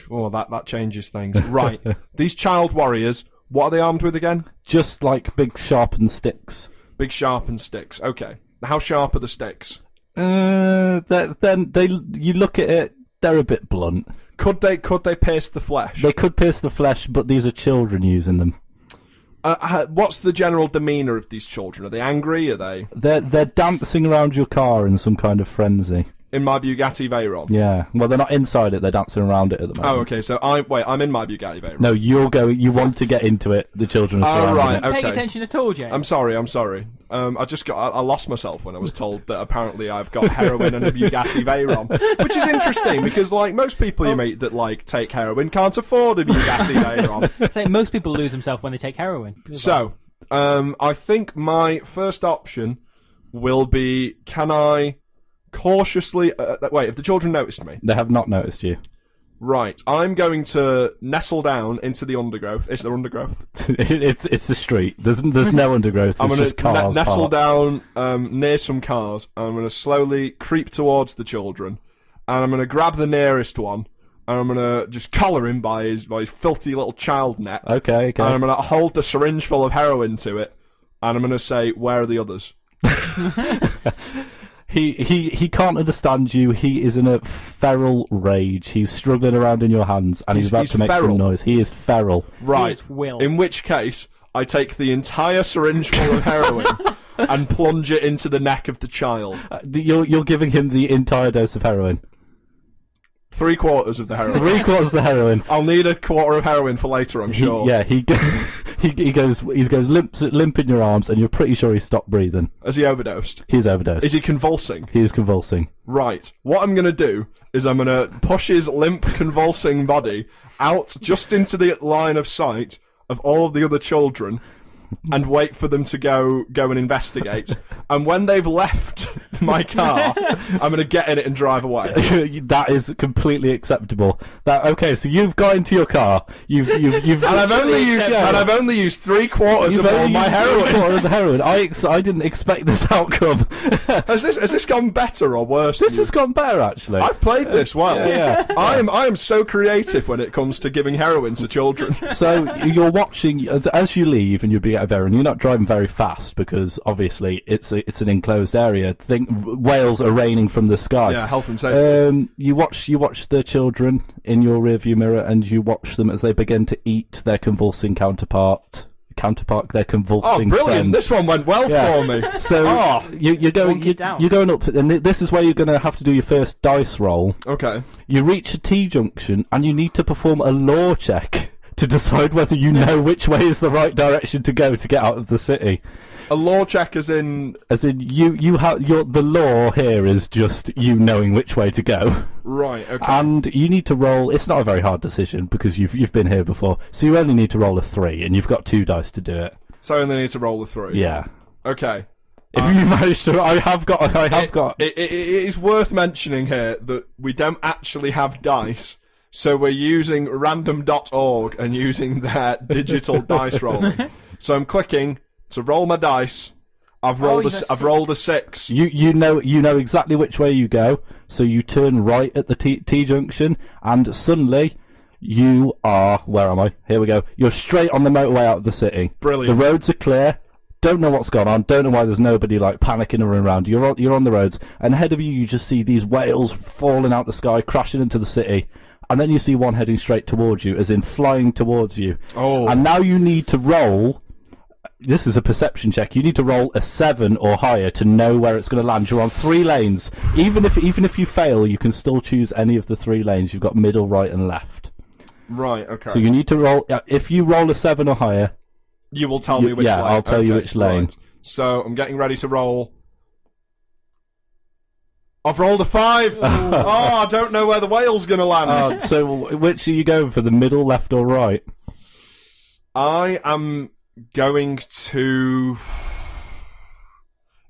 S2: Oh, that that changes
S3: <laughs>
S2: things. Right. these child warriors. What are they armed with again?
S3: Just like big sharpened sticks.
S2: Big sharpened sticks. Okay. How sharp are the sticks?
S3: Uh, that- then they, you look at it, they're a bit blunt.
S2: Could they could they pierce the flesh?
S3: They could pierce the flesh, but these are children using them.
S2: Uh, uh, what's the general demeanor of these children? Are they angry? Are they?
S3: They're, they're dancing around your car in some kind of frenzy.
S2: in my Bugatti Veyron.
S3: Yeah. Well, they're not inside it. They're dancing around it at the moment.
S2: Oh, okay. So I wait. I'm in my Bugatti Veyron.
S3: No, you're going. You want to get into it. The children are
S2: Oh,
S3: surrounding
S2: right.
S3: it.
S1: Paying
S2: Okay.
S1: attention at all, James?
S2: I'm sorry. I'm sorry. Um, I just got. I, I lost myself when I was told that apparently I've got heroin and a Bugatti Veyron, which is interesting because like most people you meet that like take heroin can't afford a Bugatti
S1: <laughs>
S2: Veyron.
S1: Say most people lose themselves when they take heroin.
S2: So um, I think my first option will be: Can I cautiously uh, wait? If the children noticed me,
S3: They have not noticed you. <laughs>
S2: right? I'm going to nestle down into the undergrowth. Is there undergrowth?
S3: it's it's the street. There's there's no undergrowth.
S2: <laughs> I'm gonna
S3: There's just cars.
S2: ne- nestle
S3: parked.
S2: down um, near some cars, and I'm gonna slowly creep towards the children, and I'm gonna grab the nearest one, and I'm gonna just collar him by his by his filthy little child neck,
S3: Okay. Okay.
S2: and I'm gonna hold the syringe full of heroin to it, and I'm gonna say, "Where are the others?"
S3: He he he can't understand you. He is in a feral rage. He's struggling around in your hands, and he's,
S2: He's-
S3: about
S2: he's
S3: to make
S2: feral.
S3: some noise. He is feral.
S2: Right.
S1: is Will.
S2: In which case, I take the entire syringe full of
S3: <laughs>
S2: heroin and plunge it into the neck of the child.
S3: Uh, the- You're you're giving him the entire dose of heroin.
S2: Three quarters of the heroin.
S3: Three quarters of the heroin.
S2: I'll need a quarter of heroin for later,
S3: <laughs>
S2: I'm
S3: He-
S2: sure.
S3: yeah. He go- <laughs> he he goes he goes limp limp in your arms, and you're pretty sure he stopped breathing.
S2: Has he overdosed?
S3: He's overdosed.
S2: Is he convulsing?
S3: he is convulsing. <laughs>
S2: Right. What I'm going to do is I'm going to push his limp, convulsing body out just into the line of sight of all of the other children and wait for them to go go and
S3: <laughs>
S2: investigate. and when they've left <laughs> my car, I'm going to get in it and drive away.
S3: that is completely acceptable. That okay? So you've got into your car. You've you've you've.
S2: And I've only used and I've only used three quarters
S3: You've
S2: of all
S3: only
S2: my
S3: used
S2: heroin.
S3: three quarters of the heroin. I ex- I didn't expect this <laughs> outcome.
S2: Has this has this gone better or worse?
S3: This
S2: than
S3: has gone better, actually.
S2: I've played this well.
S3: Yeah, yeah.
S2: I am I am so creative when it comes to giving heroin to
S3: <laughs>
S2: children.
S3: so you're watching as, as you leave, and you'll be out of Erin. You're not driving very fast because obviously it's a, it's an enclosed area. Think whales are raining from the sky.
S2: Yeah, health and safety.
S3: Um, you watch you watch the children in your rearview mirror, and you watch them as they begin to eat their convulsing counterpart. Counterpart, their
S2: Oh,
S3: convulsing.
S2: brilliant! <laughs>
S3: friend.
S2: This one went well
S3: Yeah.
S2: for me.
S3: So
S2: Ah.
S3: you, you're going
S1: Bonk
S3: you,
S1: it down.
S3: you're going up, and this is where you're going to have to do your first dice roll.
S2: Okay.
S3: You reach a T junction, and you need to perform a law check <laughs> to decide whether you know which way is the right direction to go to get out of the city.
S2: A law check is in
S3: As in, you you have your the law here is just you knowing which way to go,
S2: right. Okay.
S3: and you need to roll. It's not a very hard decision because you've you've been here before, so you only need to roll a three, and you've got two dice to do it.
S2: so I only need to roll a three.
S3: Yeah.
S2: Okay.
S3: If you manage to, I have got, I have got.
S2: Uh, It, it, it is worth mentioning here that we don't actually have dice, so we're using random.org and using their
S3: <laughs>
S2: digital dice rolling. So I'm clicking to roll my dice. I've
S3: Oh,
S2: rolled a
S1: you've
S2: s-
S1: got
S2: I've rolled a six.
S3: You you know you know exactly which way you go, so you turn right at the T, T junction, and suddenly you are where am I? Here we go. You're straight on the motorway out of the city.
S2: Brilliant.
S3: The roads are clear. Don't know what's gone on. Don't know why there's nobody like panicking or around. You're on, you're on the roads, and ahead of you, you just see these whales falling out the sky, crashing into the city, and then you see one heading straight towards you, as in flying towards you.
S2: Oh.
S3: And now you need to roll this is a perception check. You need to roll a seven or higher to know where it's going to land. You're on three lanes. Even if even if you fail, you can still choose any of the three lanes. You've got middle, right, and left.
S2: Right. Okay.
S3: So
S2: you,
S3: you need to roll. uh, If you roll a seven or higher,
S2: will tell
S3: you-
S2: me which
S3: yeah,
S2: lane.
S3: I'll tell you
S2: Okay,
S3: which lane.
S2: right. So I'm getting ready to roll. I've rolled a
S3: <laughs>
S2: five. oh, I don't know where the whale's gonna land.
S3: uh, <laughs> so w- which are you going for? The middle, left, or right?
S2: I am going to.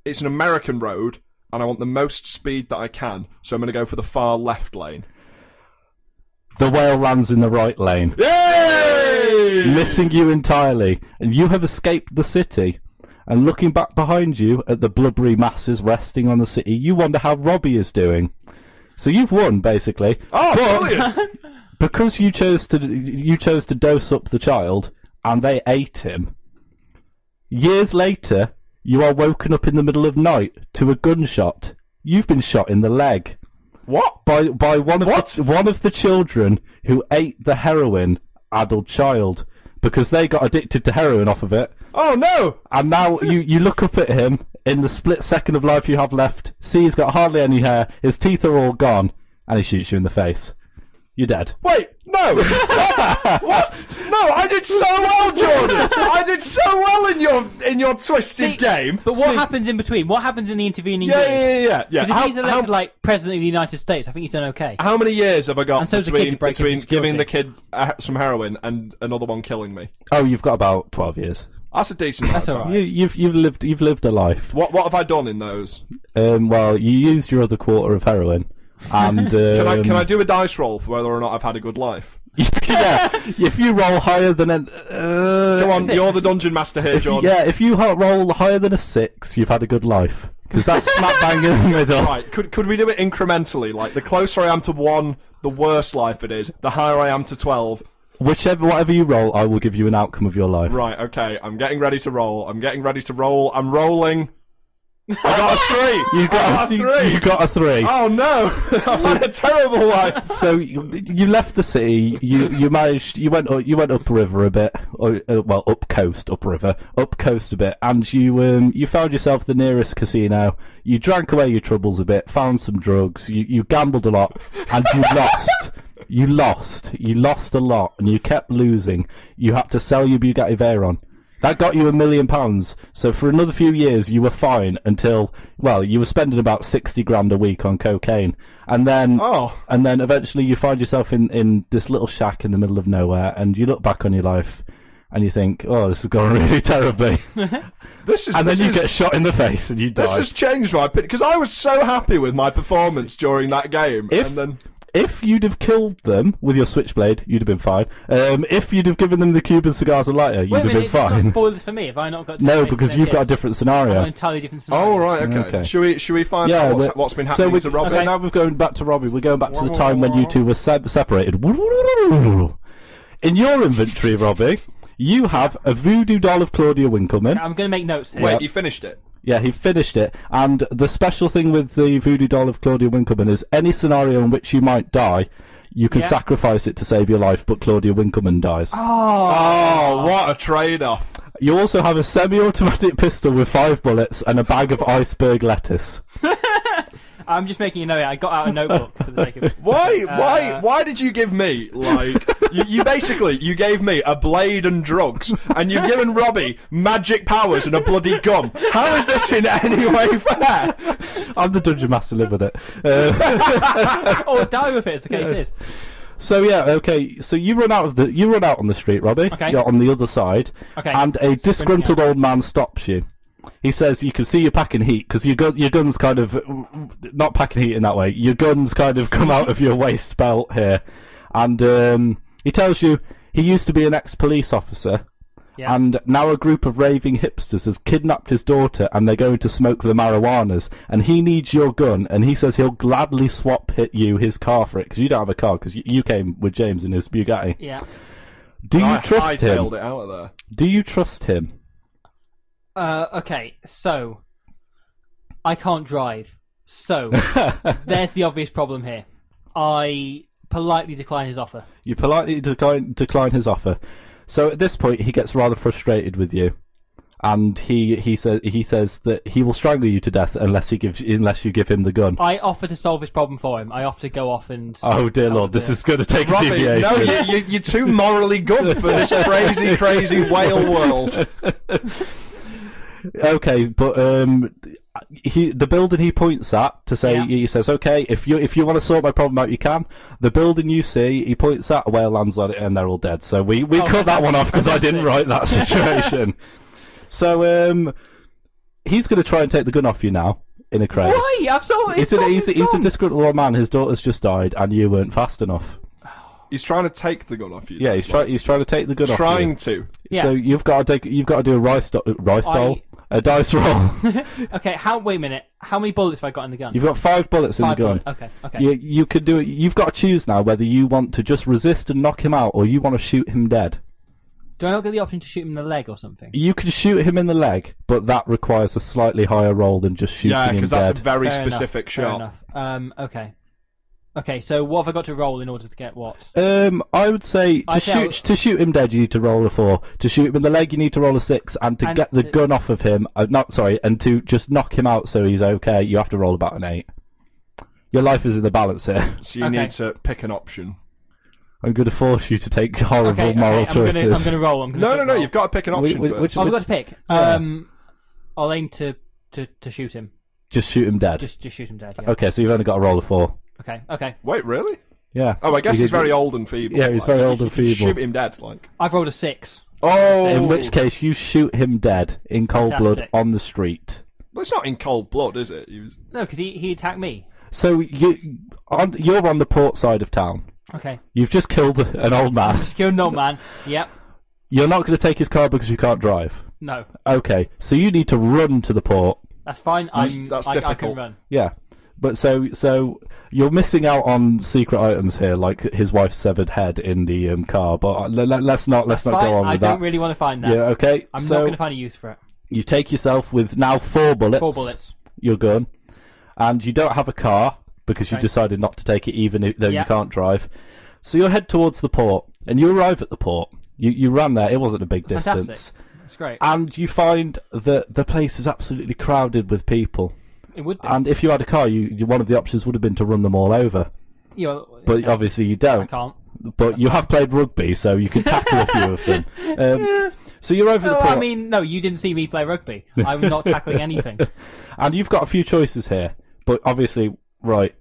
S2: It's an American road, and I want the most speed that I can, so I'm going to go for the far left lane.
S3: The whale lands in the right lane,
S2: Yay!
S3: missing you entirely, and you have escaped the city. And looking back behind you at the blubbery masses resting on the city, you wonder how Robbie is doing. So you've won, basically.
S2: Oh,
S3: But-
S2: brilliant!
S3: because you chose to you chose to dose up the child and they ate him years later you are woken up in the middle of night to a gunshot you've been shot in the leg
S2: what?
S3: by by one of the, one of the children who ate the heroin addled child because they got addicted to heroin off of it.
S2: Oh no!
S3: And
S2: <laughs>
S3: now you, you look up at him in the split second of life you have left, see he's got hardly any hair, his teeth are all gone, and he shoots you in the face. You're dead.
S2: Wait, no! What? what? No, I did so well, Jordan! I did so well in your in your twisted
S1: See,
S2: game.
S1: But what
S2: See-
S1: happens in between? What happens in the intervening
S2: Yeah,
S1: years?
S2: yeah, yeah, yeah.
S1: Because if
S2: How-
S1: he's elected
S2: how-
S1: like president of the United States, I think he's done okay.
S2: How many years have I got
S1: And so's the kid
S2: between,
S1: to break into
S2: between giving
S1: security.
S2: the kid uh, some heroin and another one killing me?
S3: Oh, you've got about twelve years.
S2: That's a decent.
S1: That's
S2: amount of time.
S1: alright.
S3: You, you've you've lived you've lived a life.
S2: What what have I done in those?
S3: Um, well, you used your other quarter of heroin, and
S2: <laughs>
S3: um, <laughs>
S2: Can I can I do a dice roll for whether or not I've had a good life?
S3: yeah, if you roll higher than an uh,
S2: Come on,
S1: Six.
S2: you're the dungeon master here,
S3: if you-
S2: Jordan.
S3: yeah, if you ho- roll higher than a six, you've had a good life
S2: <laughs>
S3: because that's smack bang in the middle.
S2: Right, could could we do it incrementally? Like the closer I am to one, the worse life it is. The higher I am to twelve.
S3: Whichever whatever you roll, I will give you an outcome of your life.
S2: Right, okay. I'm getting ready to roll. I'm getting ready to roll. I'm rolling. I got a three.
S3: <laughs> You got,
S2: I got
S3: a,
S2: a Ah, three.
S3: You got a three.
S2: Oh no! <laughs> I've had a terrible life.
S3: So you, you left the city. You you managed. You went up, you went up river a bit, or uh, well up coast, up river, up coast a bit, and you um you found yourself the nearest casino. You drank away your troubles a bit, found some drugs. You you gambled a lot, and
S2: <laughs>
S3: you lost. You lost. You lost a lot, and you kept losing. You had to sell your Bugatti Veyron. That got you a million pounds. So for another few years, you were fine until, well, you were spending about sixty grand a week on cocaine, and then,
S2: Oh.
S3: and then eventually you find yourself in in this little shack in the middle of nowhere, and you look back on your life, and you think, oh, this has gone <laughs>
S2: <laughs>
S3: really terribly,
S2: This is
S3: and then
S2: this
S3: you
S2: is-
S3: get shot in the face and you
S2: This
S3: die.
S2: has changed my opinion because I was so happy with my performance during that game,
S3: If-
S2: and then
S3: If you'd have killed them with your switchblade, you'd have been fine. Um, if you'd have given them the Cuban cigars and lighter, you'd
S1: Wait a
S3: have
S1: minute,
S3: been
S1: it's not
S3: fine.
S1: spoilers for me. Have I not got? To
S3: <laughs> No, because you've got a different
S1: I've got an
S3: scenario.
S1: entirely different scenario.
S2: oh right, okay.
S3: Okay.
S2: Should we should we find
S3: Yeah,
S2: out what's,
S3: we're-
S2: what's been
S3: so,
S2: happening
S3: we,
S2: to Robin?
S3: so now we're going back to Robbie. We're going back to the time when you two were se- separated. <laughs> In your inventory, Robbie, you have a voodoo doll of Claudia Winkleman.
S1: I'm going to make notes here.
S2: Wait, you finished it.
S3: Yeah, he finished it. And the special thing with the voodoo doll of Claudia Winkleman is any scenario in which you might die, you can
S1: Yeah.
S3: sacrifice it to save your life, but Claudia Winkleman dies.
S2: Oh, what a trade-off!
S3: You also have a semi-automatic pistol with five bullets and a bag of
S2: <laughs>
S3: iceberg lettuce.
S1: I'm just making a note. Here. I got out a notebook for the sake of
S3: <laughs>
S1: it.
S2: Why <laughs> why
S1: Uh,
S2: why did you give me like you, you basically you gave me a blade and drugs, and you've given Robbie magic powers and a bloody gun? How is this in any way fair?
S3: I'm the dungeon master. Live with it. Uh,
S1: or oh, die with it, as the case is.
S3: So yeah, okay. So you run out of the you run out on the street, Robbie.
S1: Okay.
S3: You're on the other side.
S1: Okay.
S3: And a disgruntled old man stops you. He says you can see you're packing heat because your gun your gun's kind of not packing heat in that way. Your gun's kind of come out of your waist belt here, and um, he tells you he used to be an ex-police officer.
S1: Yeah.
S3: And now a group of raving hipsters has kidnapped his daughter and they're going to smoke the marijuanas. And he needs your gun and he says he'll gladly swap hit you his car for it because you don't have a car because you, you came with James in his Bugatti.
S1: yeah.
S3: Do you
S2: I,
S3: trust
S2: I
S3: him?
S2: tailed it out of there.
S3: Do you trust him?
S1: Uh, okay, so I can't drive.
S3: <laughs>
S1: So there's the obvious problem here. I politely decline his offer.
S3: You politely decline, decline his offer. So at this point, he gets rather frustrated with you, and he he says he says that he will strangle you to death unless he gives unless you give him the gun.
S2: Oh,
S1: I offer to solve his problem for him. I offer to go off and.
S3: oh dear lord, this
S1: dear.
S3: is going to take a
S2: Robbie,
S3: deviation.
S2: no, you, you, you're too morally good for this crazy, crazy whale world.
S3: Okay, but um, he the building he points at to say
S1: Yeah.
S3: he says, okay, if you if you want to sort my problem out, you can. The building you see, he points at a whale lands on it, and they're all dead. So we we
S1: Oh,
S3: cut that one off because I
S1: fantastic.
S3: didn't
S1: <laughs>
S3: write that situation. so um, he's going to try and take the gun off you now in a craze.
S1: Why? I've solved his
S3: He's, a,
S1: problem.
S3: he's, a, he's a disgruntled old man. His daughter's just died, and you weren't fast enough.
S2: He's trying to take the gun off you.
S3: Yeah, he's trying. He's trying to take the gun off. you.
S2: trying to.
S1: Yeah.
S3: So you've got to take. You've got to do a rice do- rice
S1: I-
S3: doll, a
S1: <laughs>
S3: dice roll.
S1: Okay, how? Wait a minute. How many bullets have I got in the gun?
S3: You've got five bullets in
S1: Five
S3: the gun.
S1: bullets. Okay, okay.
S3: You, you could do it. You've got to choose now whether you want to just resist and knock him out, or you want to shoot him dead.
S1: Do I not get the option to shoot him in the leg or something?
S3: You can shoot him in the leg, but that requires a slightly higher roll than just shooting
S2: Yeah,
S3: him
S2: because that's
S3: dead.
S2: a very
S1: Fair enough,
S2: specific
S1: fair
S2: shot.
S1: enough. Um, okay. Okay, so what have I got to roll in order to get what?
S3: Um, I would say to
S1: I shall-
S3: shoot to shoot him dead, you need to roll a four. To shoot him in the leg, you need to roll a six, and to
S1: And
S3: get the
S1: to-
S3: gun off of him, uh, not sorry, and to just knock him out so he's okay, you have to roll about an eight. Your life is in the balance here. <laughs>
S2: So you
S1: Okay.
S2: need to pick an option.
S3: I'm going to force you to take horrible
S1: Okay, okay,
S3: moral
S1: I'm
S3: choices.
S1: Gonna, I'm going to roll. I'm gonna
S2: No, no,
S1: pick
S2: no.
S1: roll.
S2: You've got to pick an
S3: Wh-
S2: option
S3: wh-
S2: first.
S3: which-
S1: Oh, I've got to pick.
S3: Yeah.
S1: Um, I'll aim to, to, to shoot him.
S3: Just shoot him dead.
S1: Just just shoot him dead. Yeah.
S3: Okay, so you've only got to roll a four.
S1: Okay. Okay.
S2: Wait, really?
S3: Yeah.
S2: Oh, I guess
S3: You
S2: he's
S3: could-
S2: very old and feeble.
S3: Yeah, he's
S2: like,
S3: very
S2: <laughs>
S3: old
S2: you
S3: and
S2: could
S3: feeble.
S2: Shoot him dead, like.
S1: I've rolled a six.
S2: Oh,
S3: In which case, you shoot him dead in cold blood
S1: Fantastic.
S3: on the street.
S2: Well, it's not in cold blood, is it? He was-
S1: No, because he, he attacked me.
S3: So you, on, you're on the port side of town.
S1: Okay. <laughs>
S3: You've just killed <laughs> an old man.
S1: Just killed an old man. Yep.
S3: You're not going to take his car because you can't drive.
S1: No.
S3: Okay, so you need to run to the port.
S1: That's fine. I'm,
S2: that's
S1: I, I can
S2: difficult.
S1: run.
S3: Yeah, but so so you're missing out on secret items here, like his wife's severed head in the um, car. But let, let, let's not let's not
S1: Fine.
S3: go on
S1: I
S3: with
S1: don't
S3: that.
S1: really want to find that.
S3: Yeah, okay.
S1: I'm
S3: so
S1: not going to find a use for it.
S3: you take yourself with now four bullets.
S1: Four bullets.
S3: Your gun, and you don't have a car because you
S1: Okay.
S3: decided not to take it, even if- though
S1: Yeah.
S3: you can't drive. So you head towards the port, and you arrive at the port. You you ran there. It wasn't a big distance.
S1: Fantastic. That's great.
S3: and you find that the place is absolutely crowded with people.
S1: it would be.
S3: And if you had a car, you, you one of the options would have been to run them all over.
S1: you know,
S3: But obviously you
S1: I
S3: don't.
S1: can't.
S3: But you have played rugby, so you can tackle a
S1: <laughs>
S3: few of them. Um, so you're over the
S1: No,
S3: port,
S1: Oh, I mean, no, you didn't see me play rugby. I'm not tackling
S3: <laughs>
S1: anything.
S3: and you've got a few choices here. But obviously, right.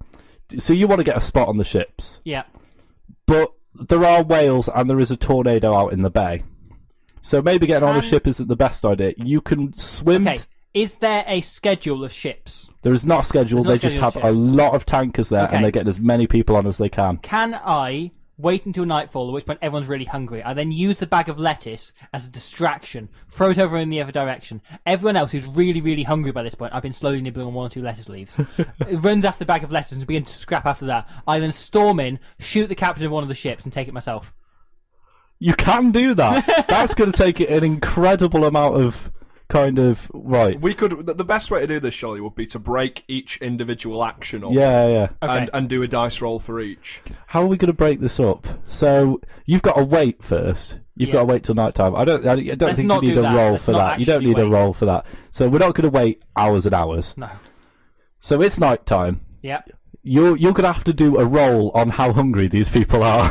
S3: So you want to get a spot on the ships,
S1: Yeah.
S3: but there are whales and there is a tornado out in the bay. So maybe getting on a
S1: Can-
S3: ship isn't the best idea. You can swim.
S1: Um, Okay. Is there a schedule of ships?
S3: There is not a schedule.
S1: There's no
S3: they just have
S1: schedule
S3: a
S1: ships.
S3: lot of tankers there,
S1: Okay.
S3: and they're getting as many people on as they can.
S1: Can I wait until nightfall, at which point everyone's really hungry? I then use the bag of lettuce as a distraction, throw it over in the other direction. Everyone else who's really, really hungry by this point, I've been slowly nibbling on one or two lettuce
S3: <laughs>
S1: leaves, runs after the bag of lettuce and begins to scrap after that. I then storm in, shoot the captain of one of the ships, and take it myself.
S3: You can
S1: <laughs>
S3: do that. That's going to take an incredible amount of kind of right.
S2: We could. The the best way to do this, surely, would be to break each individual action up
S3: Yeah, yeah.
S1: Okay.
S2: and, and do a dice roll for each.
S3: How are we going to break this up? So you've got to wait first. You've
S1: Yeah.
S3: got to wait till night time. I don't. I don't
S1: Let's
S3: think you
S1: not
S3: need
S1: do
S3: a
S1: that.
S3: roll
S1: Let's
S3: for
S1: not
S3: that. You don't
S1: actually
S3: need a
S1: wait.
S3: roll for that. So we're not going to wait hours and hours.
S1: No.
S3: So it's night time.
S1: Yep.
S3: You're you're going to have to do a roll on how hungry these
S1: <laughs>
S3: people are.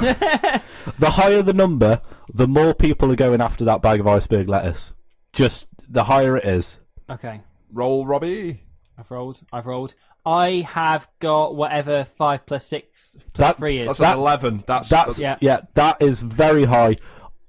S3: the higher the number, the more people are going after that bag of iceberg lettuce. Just the higher it is.
S1: Okay.
S2: Roll, Robbie.
S1: I've rolled. I've rolled. I have got whatever five plus six plus
S3: That-
S1: three is.
S2: That's
S3: That-
S2: an eleven. That's
S3: That's
S1: Yeah.
S3: yeah. that is very high.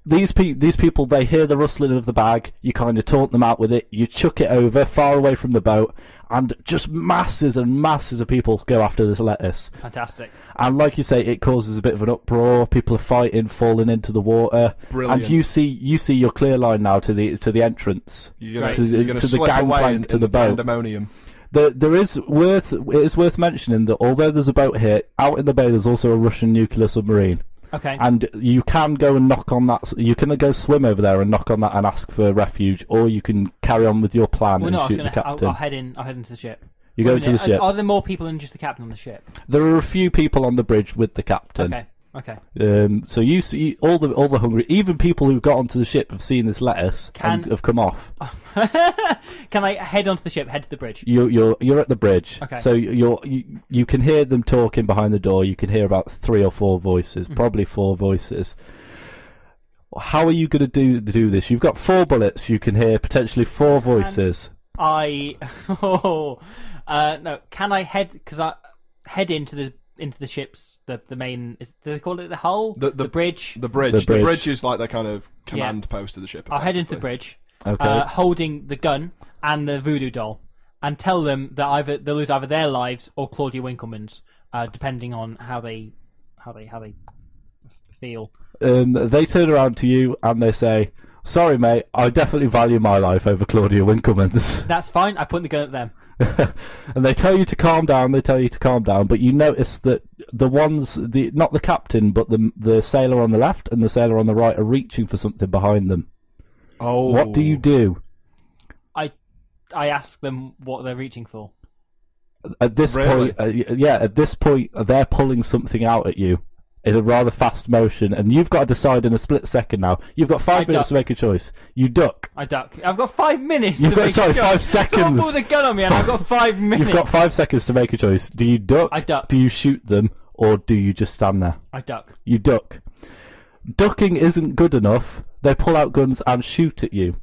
S3: These pe- these people they hear the rustling of the bag. You kind of taunt them out with it. You chuck it over far away from the boat, and just masses and masses of people go after this lettuce.
S1: Fantastic.
S3: And like you say, it causes a bit of an uproar. People are fighting, falling into the water.
S2: Brilliant.
S3: And you see you see your clear line now to the to the entrance.
S2: You're gonna,
S1: Great.
S3: To the-
S2: you're gonna
S3: to the
S2: slip away
S3: gangplank,
S2: into
S3: to the boat.
S2: pandemonium.
S3: There, there is worth it is worth mentioning that although there's a boat here out in the bay, there's also a Russian nuclear submarine.
S1: Okay.
S3: And you can go and knock on that. You can go swim over there and knock on that and ask for refuge, or you can carry on with your plan
S1: well,
S3: and
S1: no, I was
S3: shoot the
S1: gonna,
S3: captain.
S1: I'll, I'll head in. I'll head into the ship.
S3: you
S1: Wait
S3: go
S1: a
S3: to the
S1: minute,
S3: ship.
S1: Are, are there more people than just the captain on the ship?
S3: there are a few people on the bridge with the captain.
S1: Okay. Okay. <laughs>
S3: Um, so you see all the all the hungry, even people who got onto the ship have seen this lettuce and
S1: Can-
S3: have come off.
S1: Can I head onto the ship? Head to the bridge.
S3: You, you're you're at the bridge,
S1: Okay.
S3: so you're you, you can hear them talking behind the door. You can hear about three or four voices, probably four voices. How are you going to do do this? You've got four bullets. You can hear potentially four voices.
S1: I. <laughs> Oh. Uh, no. Can I head? Because I head into the into the ship's the the main. Is do they call it the hull?
S2: The- the-
S1: bridge.
S2: The bridge.
S3: The
S2: The
S3: bridge.
S2: bridge, is like the kind of command post of the ship.
S1: I'll head into the
S2: effectively.
S1: bridge,
S3: okay,
S1: uh, holding the gun and the voodoo doll, and tell them that either they'll lose either their lives or Claudia Winkleman's, uh, depending on how they how they how they feel.
S3: um, they turn around to you and they say, "Sorry, mate. I definitely value my life over Claudia Winkleman's." <laughs>
S1: That's fine. I point the gun at them.
S3: and they tell you to calm down. They tell you to calm down, but you notice that the ones, the not the captain, but the the sailor on the left and the sailor on the right are reaching for something behind them.
S2: Oh,
S3: What do you do?
S1: I I ask them what they're reaching for.
S3: at this
S2: Really?
S3: point, uh, y- yeah, at this point, they're pulling something out at you in a rather fast motion, and you've got to decide in a split second now. You've got five
S1: I
S3: minutes to
S1: duck.
S3: make a choice. You duck.
S1: I duck. I've got five minutes.
S3: You've
S1: to
S3: got-
S1: make
S3: sorry,
S1: a
S3: five
S1: choice. Someone
S3: seconds.
S1: pulled a gun on me, and I've got five minutes.
S3: You've got five seconds to make a choice. Do you duck?
S1: I duck.
S3: Do you shoot them, or do you just stand there?
S1: I duck.
S3: You duck. Ducking isn't good enough. They pull out guns and shoot at you.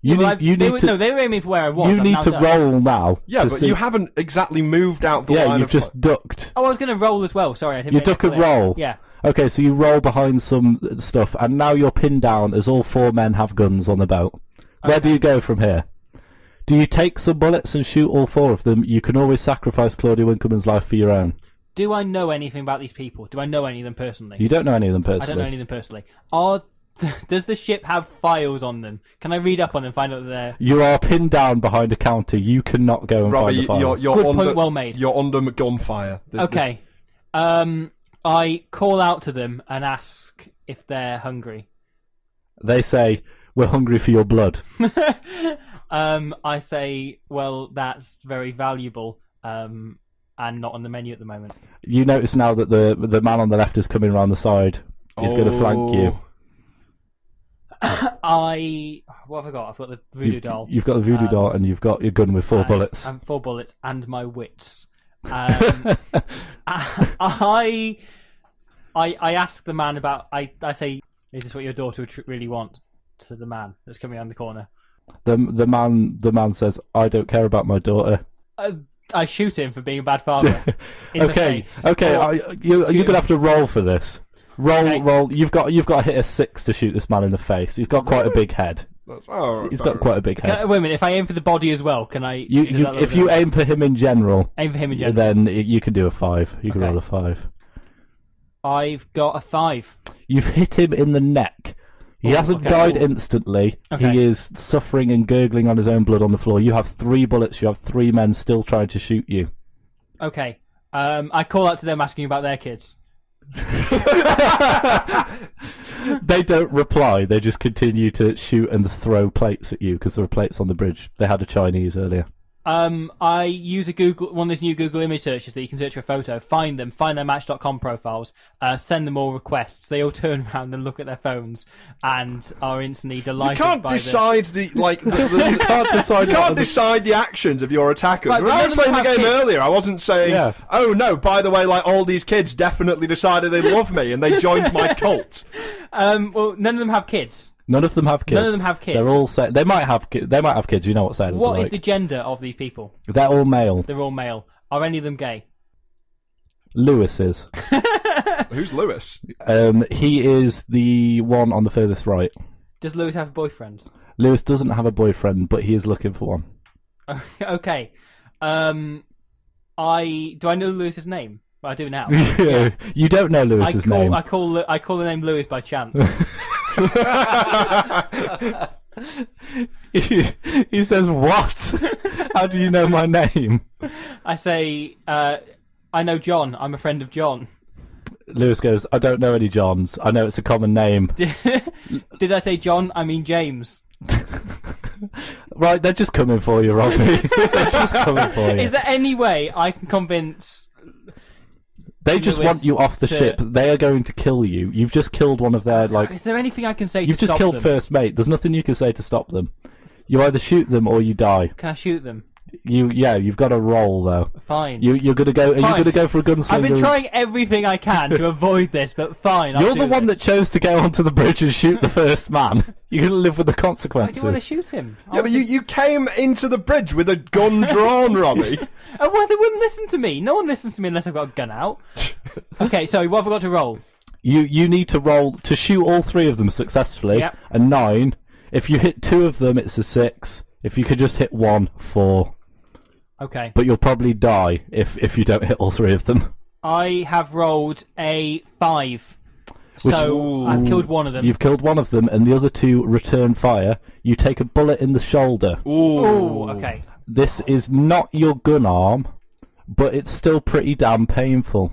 S3: You
S1: Well,
S3: need,
S1: I've-
S3: you
S1: they
S3: need
S1: were,
S3: to
S1: no, they were aiming for where I was.
S3: you
S1: I'm
S3: need
S1: now
S3: to
S1: ducked.
S3: roll now.
S2: Yeah,
S3: to
S2: but
S3: see-
S2: you haven't exactly moved out the
S3: yeah
S2: line
S3: you've
S2: of
S3: just ducked.
S1: Oh, I was going to roll as well. Sorry, I didn't.
S3: You
S1: make that
S3: duck and
S1: clear.
S3: roll.
S1: Yeah.
S3: Okay, so you roll behind some stuff, and now you're pinned down as all four men have guns on the boat. Where do you go from here? Do you take some bullets and shoot all four of them? You can always sacrifice Claudia Winkelman's life for your own.
S1: Do I know anything about these people? Do I know any of them personally?
S3: You don't know any of them personally.
S1: I don't know any of them personally. Are <laughs> does the ship have files on them? Can I read up on them? and Find out that they're
S3: You are pinned down behind a counter. You cannot go and
S2: Robbie,
S3: find the files.
S2: you're, you're
S1: Good
S2: under,
S1: point, well made.
S2: You're under gunfire. Th-
S1: okay. Um, I call out to them and ask if they're hungry. <laughs>
S3: They say we're hungry for your blood.
S1: Um, I say, well, that's very valuable. Um, and not on the menu at the moment.
S3: You notice now that the the man on the left is coming around the side. He's
S2: this-
S3: going to flank
S2: Oh.
S1: Oh,
S3: you.
S1: I what have I got? I've got the voodoo doll.
S3: You've got the voodoo
S1: Um,
S3: doll and you've got your gun with four
S1: and-
S3: bullets.
S1: And four bullets and my wits.
S3: <laughs>
S1: Um, I, I, I ask the man about. I, I say, is this what your daughter would tr- really want? To the man that's coming around the corner.
S3: the the man the man says, "I don't care about my daughter."
S1: Uh, I shoot him for being a bad
S3: <laughs>
S1: father. in The
S3: okay,
S1: face.
S3: okay,
S1: Or-
S3: I, you
S1: shoot
S3: you're
S1: him.
S3: gonna have to roll for this. Roll,
S1: Okay.
S3: roll. You've got you've got to hit a six to shoot this man in the face. He's got quite a big head.
S2: That's, oh,
S3: He's
S2: sorry.
S3: got quite a big
S1: Can,
S3: head.
S1: wait a minute. If I aim for the body as well, can I?
S3: You,
S1: does
S3: you
S1: that look
S3: if you
S1: good?
S3: aim for him in general,
S1: aim for him in general,
S3: then y- you can do a five. You can
S1: Okay.
S3: roll a five.
S1: I've got a five.
S3: You've hit him in the neck. He
S1: Ooh,
S3: hasn't
S1: okay.
S3: died
S1: Ooh.
S3: instantly.
S1: Okay.
S3: He is suffering and gurgling on his own blood on the floor. You have three bullets. You have three men still trying to shoot you.
S1: Okay. Um, I call out to them asking about their kids.
S3: They don't reply. They just continue to shoot and throw plates at you because there are plates on the bridge. They had a Chinese earlier.
S1: Um, I use a Google one of those new Google image searches that you can search for a photo, find them, find their Match.com profiles, uh, send them all requests. They all <laughs> turn around and look at their phones and are instantly
S2: You
S1: delighted.
S2: can't
S1: by
S2: decide the like.
S3: <laughs>
S2: The, the,
S3: you can't decide.
S2: You
S3: what
S2: can't
S3: the-
S2: decide the actions of your attackers.
S1: Right, but
S2: when I was
S1: none of
S2: playing the
S1: them
S2: game
S1: have kids.
S2: earlier, I wasn't saying,
S3: Yeah.
S2: "Oh no, by the way, like all these kids definitely decided they love me and they joined
S3: <laughs>
S2: my cult."
S1: The, um, well, none of them have kids.
S3: None of them have kids.
S1: None of them have kids.
S3: They're all sa- They might have. Ki- they might have kids. You know what Sailors
S1: What is
S3: are like.
S1: the gender of these people?
S3: They're all male.
S1: They're all male. Are any of them gay?
S3: Lewis is.
S1: <laughs>
S2: Who's Lewis?
S3: Um, he is the one on the furthest right.
S1: Does Lewis have a boyfriend? <laughs>
S3: Lewis doesn't have a boyfriend, but he is looking for one. <laughs>
S1: okay. Um, I do I know Lewis's name? Well, I do now.
S3: you don't know
S1: I
S3: Lewis's
S1: call,
S3: name.
S1: I call Lew- I call the name Lewis by
S2: <laughs>
S1: chance.
S3: <laughs>
S1: <laughs>
S3: he says, "What? How do you know my name?"
S1: I say, uh, I know John. I'm a friend of John.
S3: Lewis goes, I don't know any Johns. I know it's a common name.
S1: Did I say John? I mean James.
S3: right, they're just coming for
S1: <laughs>
S3: you, Robbie. they're just coming for you.
S1: Is there any way I can convince?
S3: they just
S1: Lewis
S3: want you off the
S1: to-
S3: ship. They are going to kill you. You've just killed one of their, like,
S1: Is there anything I can say?
S3: you've
S1: to
S3: just
S1: stop
S3: killed
S1: them?
S3: first mate. There's nothing you can say to stop them. You either shoot them or you die.
S1: Can I shoot them?
S3: You, yeah, you've got to roll though.
S1: Fine.
S3: You, you're gonna go. Are you
S1: Fine.
S3: gonna go for a gunslinger?
S1: I've been trying everything I can to avoid this, but fine.
S3: You're the one that chose to go onto the bridge and shoot the first
S1: <laughs>
S3: man. You're gonna live with the
S1: I do want to
S3: consequences.
S1: shoot him.
S2: Yeah, but you, you came into the bridge with a gun drawn,
S3: <laughs>
S2: Robbie.
S1: Otherwise, Oh, they wouldn't listen to me. No one listens to me unless I've got a gun
S3: <laughs>
S1: out. okay, so what have I got to roll?
S3: You you need to roll to shoot all three of them successfully.
S1: Yep.
S3: A nine. If you hit two of them, it's a six. If you could just hit one, four.
S1: Okay,
S3: But you'll probably die if if you don't hit all three of them.
S1: I have rolled a five, so I've killed one of them.
S3: You've killed one of them, and the other two return fire. You take a bullet in the shoulder.
S1: Ooh, okay.
S3: This is not your gun arm, but it's still pretty damn painful.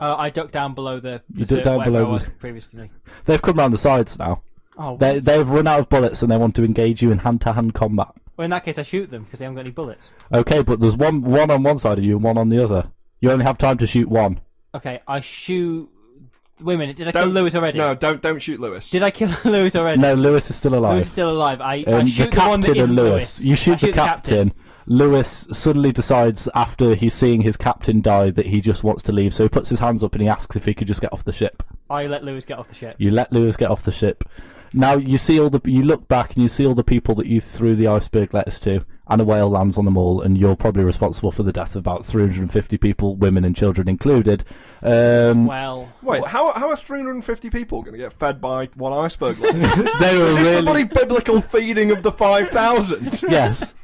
S1: Uh, I ducked down below the. You
S3: ducked down below
S1: I
S3: the-
S1: was previously.
S3: They've come round the sides now.
S1: Oh,
S3: They
S1: what?
S3: they've run out of bullets, and they want to engage you in hand to hand combat.
S1: Well, in that case, I shoot them because they haven't got any bullets.
S3: Okay, but there's one one on one side of you and one on the other. You only have time to shoot one.
S1: Okay, I shoot. Wait a minute, did I kill
S2: Don't-
S1: Lewis already?
S2: No, don't don't shoot Lewis.
S1: Did I kill <laughs> Lewis already?
S3: No, Lewis is still alive.
S1: Lewis is still alive. I, I
S3: Um,
S1: shoot
S3: the
S1: the, one that
S3: captain
S1: isn't
S3: and Lewis. You shoot,
S1: I
S3: the, captain. Lewis suddenly decides after he's seeing his captain die that he just wants to leave, so he puts his hands up and he asks if he could just get off the ship.
S1: I let Lewis get off the ship.
S3: You let Lewis get off the ship. Now you see all the you look back and you see all the people that you threw the iceberg letters to, and a whale lands on them all, and you're probably responsible for the death of about 350 people, women and children included. Um,
S1: Well,
S2: Wait, how, how are 350 people going to get fed by one
S3: <laughs>
S2: iceberg? Is this, is
S3: they were
S2: this the
S3: really
S2: bloody biblical feeding of the 5,000?
S3: yes.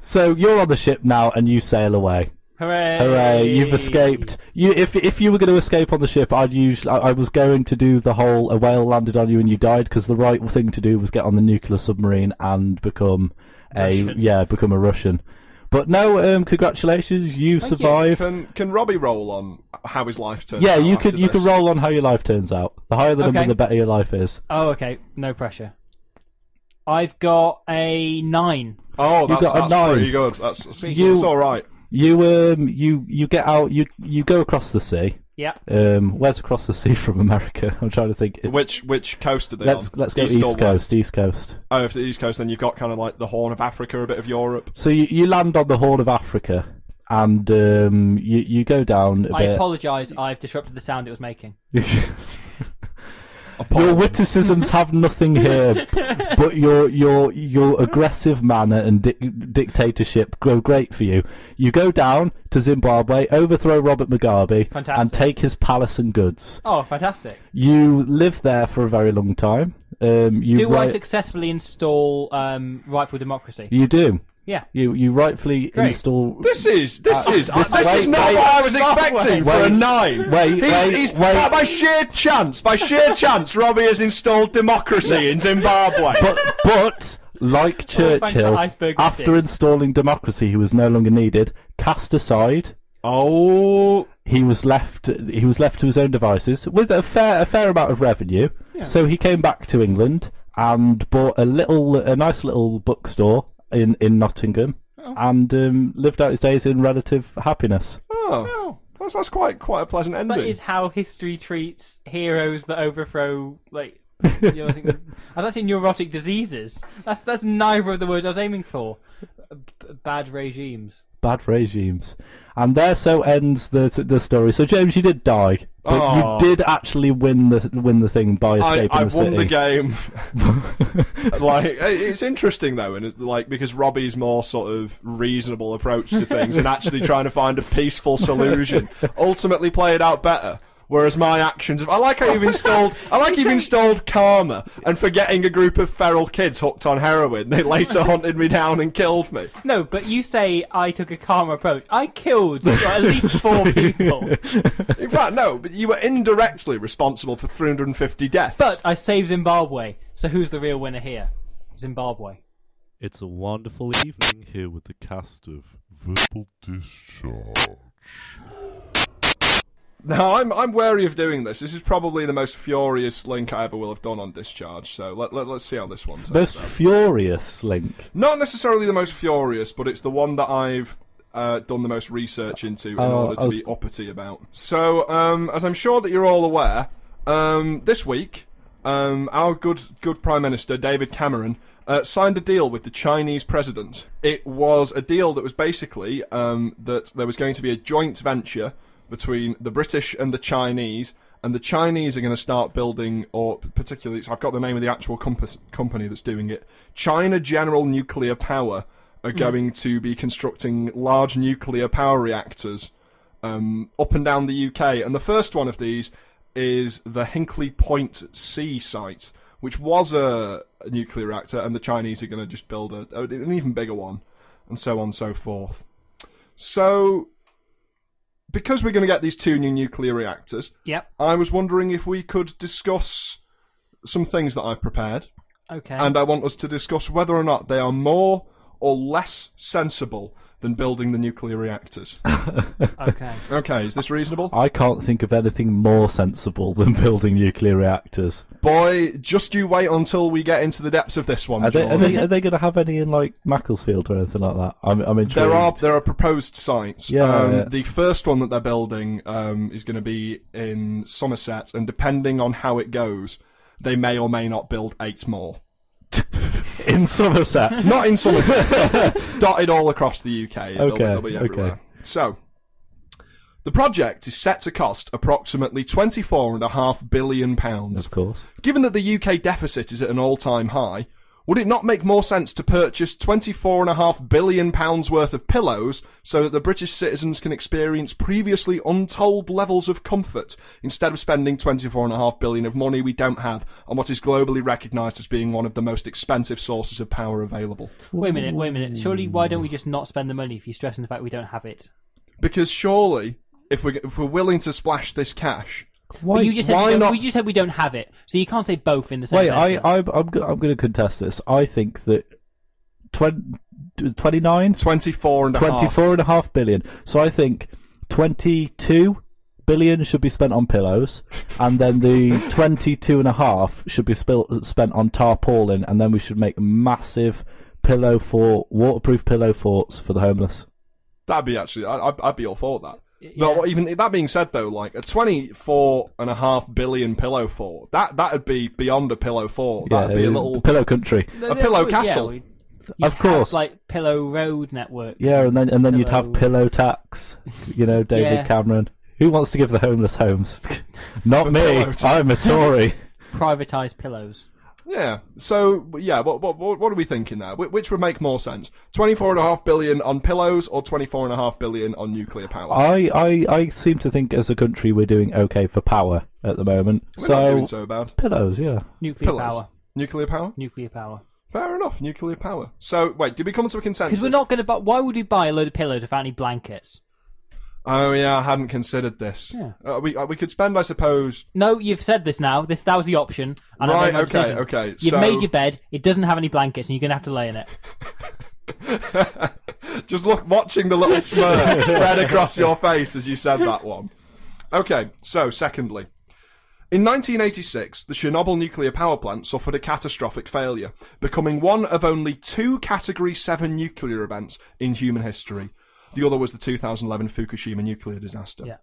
S3: So you're on the ship now, and you sail away.
S1: hooray!
S3: Hooray! You've escaped. You, if if you were going to escape on the ship, I'd usually I, I was going to do the whole a whale landed on you and you died because the right thing to do was get on the nuclear submarine and become a
S1: Russian.
S3: yeah become a Russian. But no, um, congratulations, you
S1: Thank you.
S3: survived.
S2: Can can Robbie roll on how his life turned?
S3: Yeah,
S2: out
S3: you
S2: after
S3: could you
S2: this?
S3: could roll on how your life turns out. The higher the number,
S1: Okay.
S3: the better your life is.
S1: Oh, okay. No pressure. I've got a nine.
S2: Oh, that's,
S3: got a
S2: that's
S3: nine.
S2: pretty good. That's, that's,
S3: You-
S2: all right.
S3: You um you you get out you you go across the sea.
S1: Yep.
S3: Um, where's across the sea <laughs> from America? I'm trying to think. It's-
S2: Which which coast did they
S3: let's
S2: on?
S3: let's go
S2: East
S3: east,
S2: or west?
S3: coast, east coast.
S2: Oh, if the east coast, then you've got kind of like the Horn of Africa, a bit of Europe.
S3: So you, you land on the Horn of Africa, and um, you you go down a
S1: I
S3: <laughs> bit.
S1: apologise. I've disrupted the sound it was making.
S3: Your witticisms
S1: <laughs>
S3: have nothing here, but your your your aggressive manner and di- dictatorship go great for you. You go down to Zimbabwe, overthrow Robert Mugabe, and
S1: Fantastic.
S3: take his palace and goods.
S1: Oh, fantastic!
S3: You live there for a very long time. Um, you
S1: Do I
S3: write-
S1: successfully install um, rightful democracy?
S3: you do.
S1: Yeah.
S3: You you rightfully
S1: Great.
S3: install.
S2: This is this
S3: Uh,
S2: is
S3: this-
S2: this
S3: wait,
S2: is not
S3: wait,
S2: what I was
S1: wait,
S2: expecting for a
S3: wait,
S2: nine.
S3: wait,
S2: he's,
S3: wait,
S2: he's,
S3: wait.
S2: By, by sheer chance, by sheer chance, Robbie has installed democracy in Zimbabwe.
S3: but but like Churchill,
S1: iceberg
S3: after
S1: lettuce.
S3: installing democracy, he was no longer needed. Cast aside,
S2: oh,
S3: he was left. He was left to his own devices with a fair a fair amount of revenue. So he came back to England and bought a little a nice little bookstore in in Nottingham. And um, lived out his days in relative happiness.
S2: Oh, that's, that's quite quite a pleasant ending.
S1: That is how history treats heroes that overthrow
S3: <laughs>
S1: like. you know, I think- I was actually neurotic diseases. That's that's neither of the words I was aiming for. B- bad regimes.
S3: Bad regimes, and there so ends the the story. So James, you did die, but
S2: Oh.
S3: you did actually win the win the thing
S2: I,
S3: by escaping
S2: I
S3: the city.
S2: won the game. like it- it's interesting though, and it's like because Robbie's more sort of reasonable approach to things and actually trying to find a peaceful solution ultimately played out better. Whereas my actions, of, I like how you've installed, I like you've installed karma and for getting a group of feral kids hooked on heroin. They later hunted me down and killed me.
S1: No, but you say I took a calm approach. I killed
S3: <laughs>
S1: at least four people,
S2: In fact, no, but you were indirectly responsible for 350 deaths.
S1: but I saved Zimbabwe. So who's the real winner here? Zimbabwe.
S5: It's a wonderful evening here with the cast of Verbal Discharge.
S2: Now I'm I'm wary of doing this. This is probably the most furious link I ever will have done on discharge. So let, let us see how this one turns
S3: Most
S2: out.
S3: furious link.
S2: Not necessarily the most furious, but it's the one that I've uh, done the most research into in
S3: Oh,
S2: order
S3: I
S2: to
S3: was-
S2: be uppity about. So um, as I'm sure that you're all aware, um, this week um, our good good Prime Minister David Cameron. Uh, signed a deal with the Chinese president. It was a deal that was basically um, that there was going to be a joint venture between the British and the Chinese, and the Chinese are going to start building, or particularly, so I've got the name of the actual compass company that's doing it. China General Nuclear Power are going to be constructing large nuclear power reactors um, up and down the UK, and the first one of these is the Hinkley Point C site, which was a, a nuclear reactor, and the Chinese are going to just build a, an even bigger one, and so on and so forth. So because we're going to get these two new nuclear reactors,
S1: Yep.
S2: I was wondering if we could discuss some things that I've prepared,
S1: Okay.
S2: and I want us to discuss whether or not they are more or less sensible than building the nuclear reactors.
S1: Okay.
S2: Okay, is this reasonable?
S3: I can't think of anything more sensible than <laughs> building nuclear reactors.
S2: Boy, just you wait until we get into the depths of this one.
S3: Are they, are
S2: Jordan.
S3: they, are they going to have any in like Macclesfield or anything like that? I'm, I'm intrigued.
S2: There are there are proposed sites.
S3: Yeah,
S2: um,
S3: yeah.
S2: The first one that they're building um, is going to be in Somerset, and depending on how it goes, they may or may not build eight more.
S3: <laughs>
S1: <laughs>
S3: in Somerset.
S2: Not in
S3: <laughs>
S2: Somerset, dotted all across the UK. They'll be-
S3: Okay,
S2: they'll be
S3: okay.
S2: everywhere. So, the project is set to cost approximately twenty-four and a half billion pounds.
S3: of course.
S2: Given that the UK deficit is at an all-time high, would it not make more sense to purchase £24.5 billion pounds worth of pillows so that the British citizens can experience previously untold levels of comfort instead of spending £24.5 billion of money we don't have on what is globally recognised as being one of the most expensive sources of power available?
S1: Wait a minute, wait a minute. Surely, why don't we just not spend the money if you're stressing the fact we don't have it?
S2: Because surely, if we're, if we're willing to splash this cash,
S1: Why, but you just said
S2: why
S1: we don't-
S2: not-
S1: we just said we don't have it, so you can't say both in the same
S3: Wait, I,
S1: sentence.
S3: I, I'm, I'm going to contest this. I think that 20, 29?
S2: 24 and
S3: 24 and a half billion. So I think 22 billion should be spent
S2: <laughs>
S3: on pillows, and then the 22 and a half should be spil- spent on tarpaulin, and then we should make massive pillow fort, waterproof pillow forts for the homeless.
S2: That'd be actually, I, I'd, I'd be all for that.
S1: Yeah.
S2: But what- even that being said, though, like a twenty-four and a half billion pillow fort, that that'd be beyond a pillow fort. That'd be a
S3: uh,
S2: little.
S3: pillow country.
S2: a pillow castle.
S1: we- you'd
S3: Of course.
S1: have, like Pillow Road networks.
S3: Yeah, and then and then you'd have
S1: Pillow.
S3: pillow tax.
S2: <laughs>
S3: You know, David
S1: Yeah.
S3: Cameron. Who wants to give the homeless homes? Not
S2: For
S3: me.
S2: pillow tax.
S3: I'm a
S2: <laughs>
S3: Tory.
S1: privatized pillows.
S2: Yeah. So yeah, what what what what are we thinking there? Wh- Which would make more sense? Twenty-four and a half billion on pillows, or twenty-four and a half billion on nuclear power?
S1: Uh,
S3: I, I I seem to think as a country we're doing okay for power at the moment.
S2: We're not
S3: so
S2: doing so bad.
S3: pillows, yeah.
S1: Nuclear
S2: Pillows.
S1: power.
S2: Nuclear power.
S1: Nuclear power.
S2: Fair enough. Nuclear power. So wait, did we come to a consensus?
S1: Because we're not going to buy. Why would we buy a load of pillows without any blankets?
S2: Oh yeah, I hadn't considered this.
S1: Yeah.
S2: Uh, we uh, we could spend, I suppose.
S1: No, you've said this now. This that was the option. And I
S2: Right,
S1: made my
S2: okay,
S1: decision.
S2: okay,
S1: You've
S2: so-
S1: made your bed. It doesn't have any blankets, and you're going to have to lay in it.
S2: <laughs> Just look, watching the little smirk spread across your face as you said that one. Okay, so secondly. In 1986, the Chernobyl nuclear power plant suffered a catastrophic failure, becoming one of only two Category 7 nuclear events in human history. The other was the 2011 Fukushima nuclear disaster.
S1: Yeah.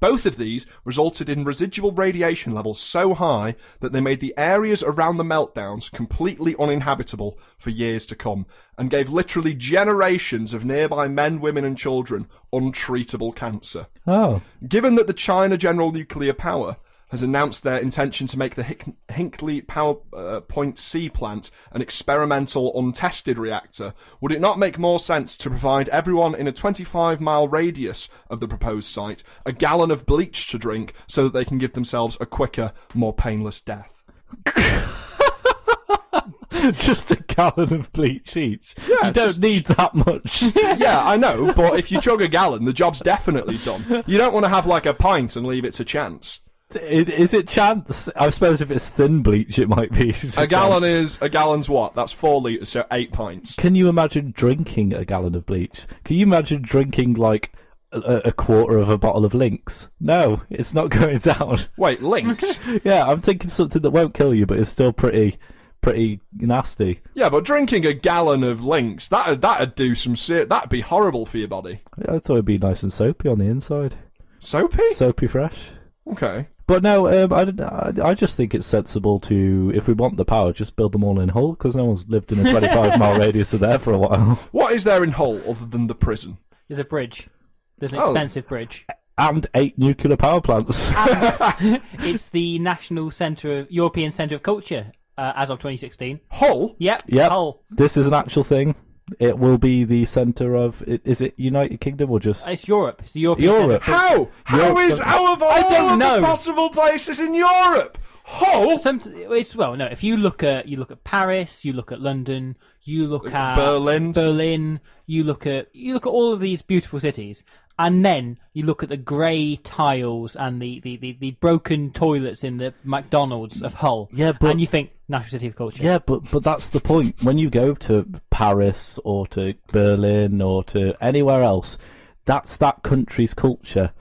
S2: Both of these resulted in residual radiation levels so high that they made the areas around the meltdowns completely uninhabitable for years to come and gave literally generations of nearby men, women, and children untreatable cancer.
S3: Oh. <laughs>
S2: Given that the China General Nuclear Power has announced their intention to make the Hick- Hinkley Power uh, Point C plant an experimental, untested reactor, would it not make more sense to provide everyone in a 25 mile radius of the proposed site a gallon of bleach to drink so that they can give themselves a quicker, more painless death?
S3: Just a gallon of bleach each. you don't
S2: just-
S3: need that much.
S2: <laughs> yeah, I know, but if you chug a gallon, the job's definitely done. You don't want to have like a pint and leave it to chance.
S3: I- is it chance? I suppose if it's thin bleach it might be. <laughs> It's
S2: A gallon
S3: chance.
S2: is a gallon's what? That's four liters, so eight pints.
S3: Can you imagine drinking a gallon of bleach? Can you imagine drinking like a, a quarter of a bottle of Lynx? No, it's not <laughs> going down.
S2: Wait, links.
S3: yeah, I'm thinking something that won't kill you but is still pretty pretty nasty.
S2: yeah, but drinking a gallon of links that that'd do some ser- that'd be horrible for your body.
S3: I thought it'd be nice and soapy on the inside. <laughs>
S2: Soapy.
S3: Soapy fresh.
S2: okay.
S3: But no, um, I, don't- I, I just think it's sensible to, if we want the power, just build them all in Hull, because no one's lived in a 25 mile radius of there for a while.
S2: What is there in Hull other than the prison?
S1: There's a bridge. There's an
S2: Oh.
S1: expensive bridge.
S3: And eight nuclear power plants.
S1: It's the national centre of European centre of culture uh, as of 2016.
S2: Hull.
S1: Yep.
S3: yep.
S1: Hull.
S3: <laughs> This is an actual thing. It will be the centre of, i- is it United Kingdom or just.
S1: It's Europe. It's the European centre
S3: Europe.
S1: of culture.
S2: How? How
S3: Europe
S2: is
S3: doesn't-
S2: out of all
S1: I don't
S2: of the
S1: know.
S2: possible places in Europe? Hull.
S1: Some, it's well, no. If you look at you look at Paris, you look at London, you look at
S2: Berlin.
S1: Berlin, you look at you look at all of these beautiful cities, And then you look at the grey tiles and the, the, the, the broken toilets in the McDonald's of Hull.
S3: Yeah, but-
S1: and you think National City of Culture.
S3: Yeah, but but that's the point. When you go to Paris or to Berlin or to anywhere else, that's that country's culture.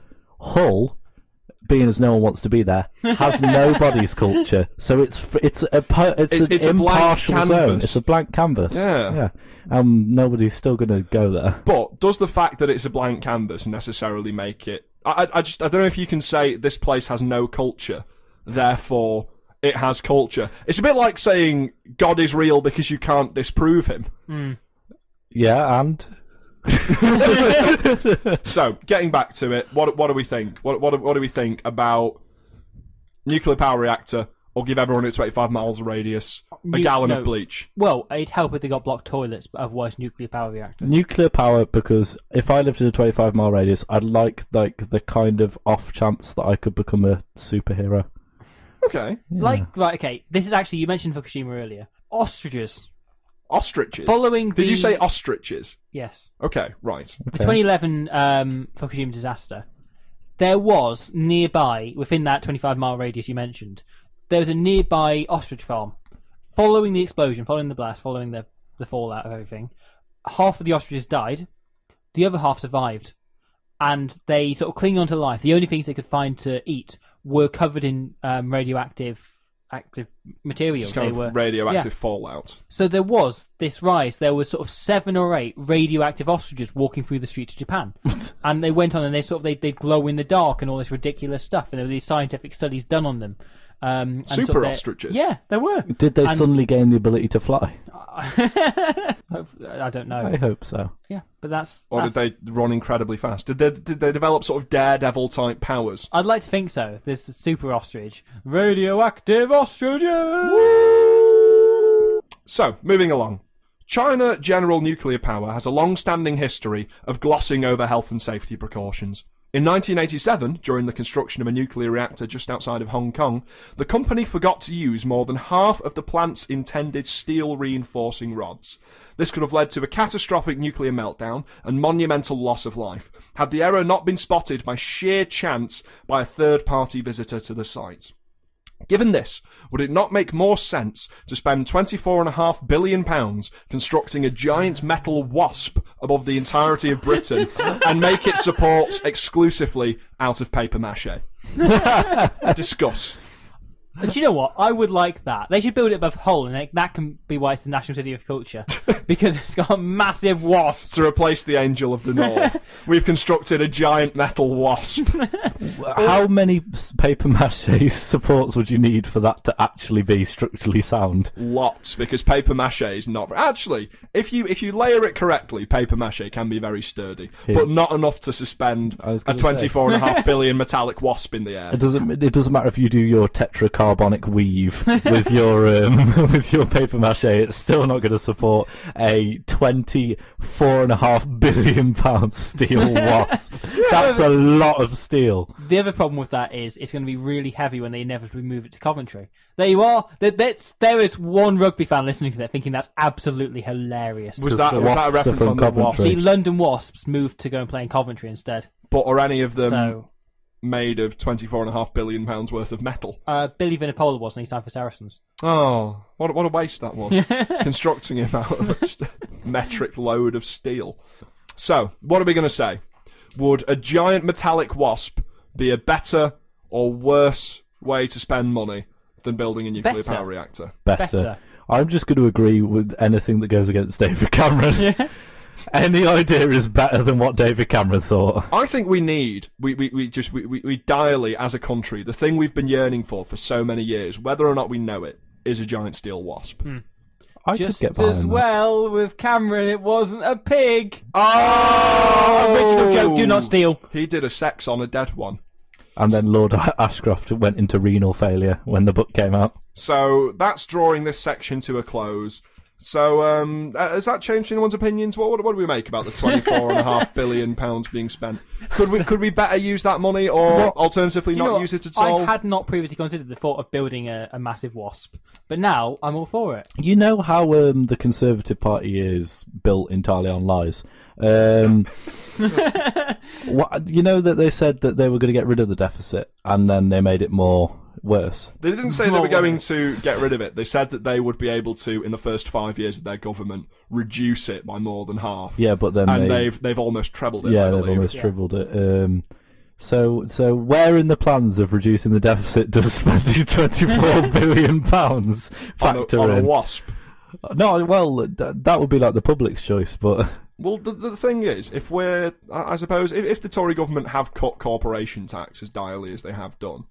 S3: Hull, being as no one wants to be there,
S2: <laughs>
S3: has nobody's culture. So it's f- it's a per- it's,
S2: It's-
S3: an
S2: it's a blank
S3: impartial zone.
S2: canvas.
S3: It's a blank canvas.
S2: Yeah.
S3: yeah. Um, nobody's still gonna go there.
S2: But does the fact that it's a blank canvas necessarily make it? I, I- I just I don't know if you can say this place has no culture, therefore it has culture. It's a bit like saying God is real because you can't disprove him.
S3: Yeah, and
S2: So getting back to it, what what do we think? What what do- what do we think about nuclear power reactor? Or give everyone at 25 miles radius a
S1: You-
S2: gallon
S1: no.
S2: of bleach.
S1: Well, it'd help if they got blocked toilets, but otherwise nuclear power reactor.
S3: nuclear power because if I lived in a 25 mile radius, I'd like like the kind of off chance that I could become a superhero.
S2: Okay.
S1: Like right, okay. This is actually you mentioned Fukushima earlier. Ostriches
S2: Ostriches.
S1: following.
S2: Did
S1: the-
S2: you say ostriches?
S1: yes?
S2: Okay, right.
S1: The 2011 um, Fukushima disaster, there was nearby, within that 25 mile radius you mentioned, there was a nearby ostrich farm. Following the explosion, following the blast, following the, the fallout of everything, half of the ostriches died, the other half survived, and they sort of cling on to life. The only things they could find to eat were covered in um, radioactive active material.
S2: It's kind
S1: they
S2: of
S1: were
S2: radioactive
S1: yeah.
S2: fallout.
S1: So there was this rise. There was sort of seven or eight radioactive ostriches walking through the streets of Japan,
S2: <laughs>
S1: and they went on and they sort of they they glow in the dark and all this ridiculous stuff, and there were these scientific studies done on them. Um, and
S2: Super
S1: sort of they're-
S2: ostriches.
S1: Yeah, there
S2: <laughs>
S1: were.
S3: Did they
S1: And-
S3: suddenly gain the ability to fly?
S1: I don't know.
S3: I hope so.
S1: Yeah, but that's.
S2: Or did
S1: that's-
S2: they run incredibly fast? Did they did they develop sort of daredevil type powers?
S1: I'd like to think so. There's the super ostrich, radioactive ostriches.
S2: So, moving along. China General Nuclear Power has a long standing history of glossing over health and safety precautions. In 1987, during the construction of a nuclear reactor just outside of Hong Kong, the company forgot to use more than half of the plant's intended steel reinforcing rods. This could have led to a catastrophic nuclear meltdown and monumental loss of life, had the error not been spotted by sheer chance by a third party visitor to the site. Given this, would it not make more sense to spend £24.5 billion pounds constructing a giant metal wasp above the entirety of Britain and make its supports exclusively out of paper mache? <laughs> Discuss.
S1: But do you know what? I would like that. They should build it above Hull, and that- that can be why it's the National City of Culture because it's got a massive wasp.
S2: To replace the Angel of the North, we've constructed a giant metal wasp.
S3: How many s- paper mache <laughs> supports would you need for that to actually be structurally sound?
S2: Lots, because paper mache is not actually. If you if you layer it correctly, paper mache can be very sturdy, but not enough to suspend
S3: was
S2: a
S3: gonna say.
S2: twenty-four and a
S3: <laughs>
S2: half billion metallic wasp in the air.
S3: It doesn't. It doesn't matter if you do your tetracarbonic weave with your um, <laughs> with your paper mache. It's still not going to support a twenty four and a half billion pound steel wasp. That's a lot of steel.
S1: The other problem with that is it's going to be really heavy when they inevitably move it to Coventry. There you are. There, that's, there is one rugby fan listening to that thinking that's absolutely hilarious.
S2: Was
S3: Because
S2: that,
S3: the
S2: was that a
S3: Wasps are
S2: reference
S3: from
S2: on the Wasps?
S1: the
S3: Coventry.
S1: London Wasps moved to go and play in Coventry instead.
S2: But are any of
S3: Um,
S2: them
S1: so
S2: made of twenty-four and a half billion pounds worth of metal?
S1: uh, Billy Vinapola was, and he signed for Saracens.
S2: Oh, what a- what a waste
S1: <laughs>
S2: that was! Constructing him out of just a metric load of steel. So, what are we going to say? Would a giant metallic wasp be a better or worse way to spend money than building a nuclear
S1: Better.
S2: power reactor?
S3: Better.
S1: Better.
S3: I'm just going to agree with anything that goes against
S1: <laughs>
S3: David Cameron. <laughs> Any idea is better than what David Cameron thought.
S2: I think we need we, we, we just we, we, we direly as a country the thing we've been yearning for for so many years, whether or not we know it, is a giant steel wasp.
S3: I
S1: Just
S3: could get behind
S1: as
S3: that.
S1: well with Cameron, it wasn't a pig.
S2: Oh,
S1: Original joke. Do not steal.
S2: He did a sex on a dead one.
S3: And then Lord Ashcroft went into renal failure when the book came out.
S2: So that's drawing this section to a close. So um, uh, has that changed anyone's opinions? What, what, what do we make about the twenty-four and
S1: <laughs>
S2: a half billion pounds being spent? Could we could we better use that money, or alternatively
S1: Do you know
S2: not
S1: what?
S2: use it at
S1: I
S2: all?
S1: had not previously considered the thought of building a, a massive wasp, but now I'm all for it.
S3: You know how um, the Conservative Party is built entirely on lies.
S1: <laughs>
S3: Um, wha- you know that they said that they were going to get rid of the deficit, and then they made it more worse.
S2: They didn't say they
S1: Well,
S2: were going to get rid of it. They said that they would be able to, in the first five years of their government, reduce it by more than half.
S3: Yeah, but then
S2: and
S3: they,
S2: they've they've almost trebled it. I
S3: yeah they've
S2: believe.
S3: almost
S1: Yeah.
S3: tripled it. Um, so so where in the plans of reducing the deficit does <laughs> spending
S2: <laughs>
S3: twenty four billion pounds
S2: on,
S3: factor
S2: a, on a
S3: in?
S2: wasp.
S3: No, well th- that would be like the public's choice, but
S2: Well, the, the thing is, if we're, I I suppose, if, if the Tory government have cut corporation tax as direly as they have done,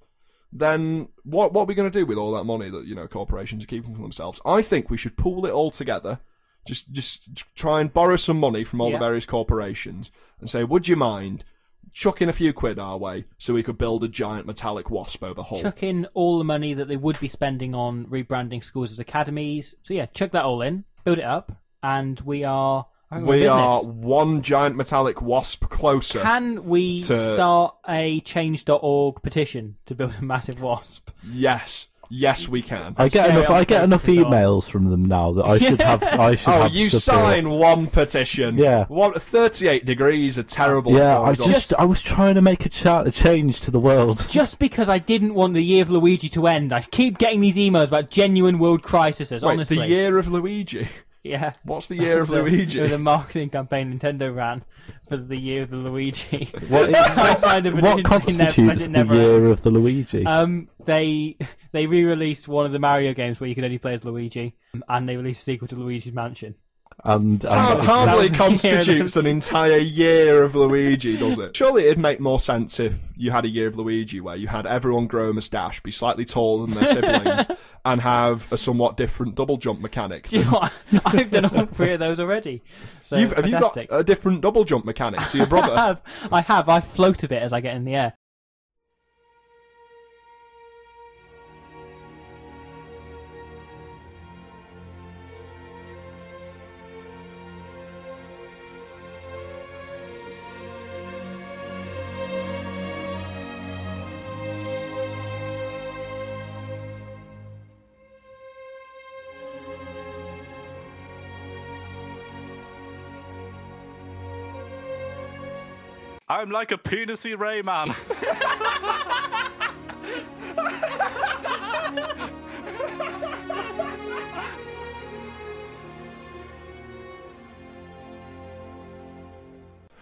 S2: then what what are we going to do with all that money that you know corporations are keeping for themselves? I think we should pool it all together. Just just try and borrow some money from all
S1: Yeah.
S2: the various corporations and say, would you mind chucking a few quid our way so we could build a giant metallic wasp over Hull?
S1: Chuck in all the money that they would be spending on rebranding schools as academies. So yeah, chuck that all in, build it up, and we are. I think we're in
S2: we are
S1: business.
S2: one giant metallic wasp closer.
S1: Can we
S2: to-
S1: start a change.org petition to build a massive wasp?
S2: yes, yes, we can.
S3: I get
S1: Share it
S3: enough.
S1: on
S3: I get enough
S1: Facebook as well.
S3: emails from them now that I should have. I should
S2: Oh,
S3: have
S2: you
S3: support.
S2: sign one petition.
S3: Yeah.
S2: One, 38 degrees are terrible.
S3: Yeah,
S2: for
S3: I
S2: results.
S3: just I was trying to make a chart a change to
S2: <laughs>
S3: the world.
S1: Just because I didn't want the year of Luigi to end, I keep getting these emails about genuine world crises.
S2: Wait,
S1: Honestly,
S2: the year of Luigi. <laughs>
S1: yeah.
S2: What's
S1: <laughs>
S2: the year of
S1: It was a- It was
S2: Luigi?
S1: a marketing campaign Nintendo ran for the year of the
S2: <laughs>
S1: Luigi. <laughs>
S3: <laughs> What,
S1: I signed a petition, they
S3: what
S1: never-
S3: constitutes
S1: it
S3: the
S1: never-
S3: year of the Luigi?
S2: Uh,
S1: Um, they they re-released one of the Mario games where you could only play as Luigi, and they released a sequel to Luigi's
S2: <laughs>
S1: Mansion.
S3: and and
S2: That
S3: that was-
S2: hardly
S1: that was the year of-
S2: constitutes an entire year of Luigi, does it? Surely it'd make more sense if you had a year of Luigi where you had everyone grow a moustache, be slightly taller than
S1: <laughs>
S2: their siblings, and have a somewhat different double jump mechanic.
S1: Do you know what? I've done all three of those already. So
S2: You've, have you got
S1: fantastic.
S2: a different double jump mechanic to your
S1: <laughs>
S2: brother?
S1: I have. I have. I float a bit as I get in the air.
S3: I'm like a penisy Rayman.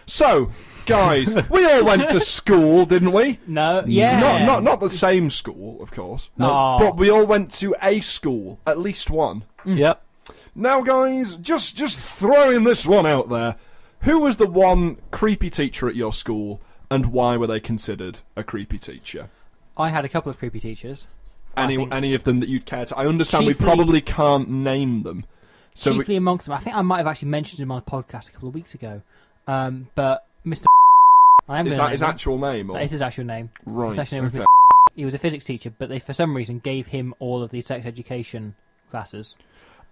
S2: So, guys, we all went to school, didn't we?
S1: No, yeah,
S2: Not, not, not the same school, of course.
S1: Aw.
S2: But we all went to a school, at least one.
S1: Mm.
S3: yep.
S2: Now, guys, just just throwing this one out there. Who was the one creepy teacher at your school, and why were they considered a creepy teacher?
S1: I had a couple of creepy teachers. I
S2: Any
S1: think-
S2: any of them that you'd care to? I understand we
S1: Chiefly-
S2: probably can't name them. So we,
S1: chiefly amongst them. I think I might have actually mentioned him on a podcast a couple of weeks ago. Um, but Mr. I am
S2: is
S1: gonna
S2: that his
S1: name him.
S2: actual name? Or?
S1: That is his actual name.
S2: right.
S1: His actual name
S2: okay.
S1: was Mr. He was a physics teacher, but they for some reason gave him all of the sex education classes.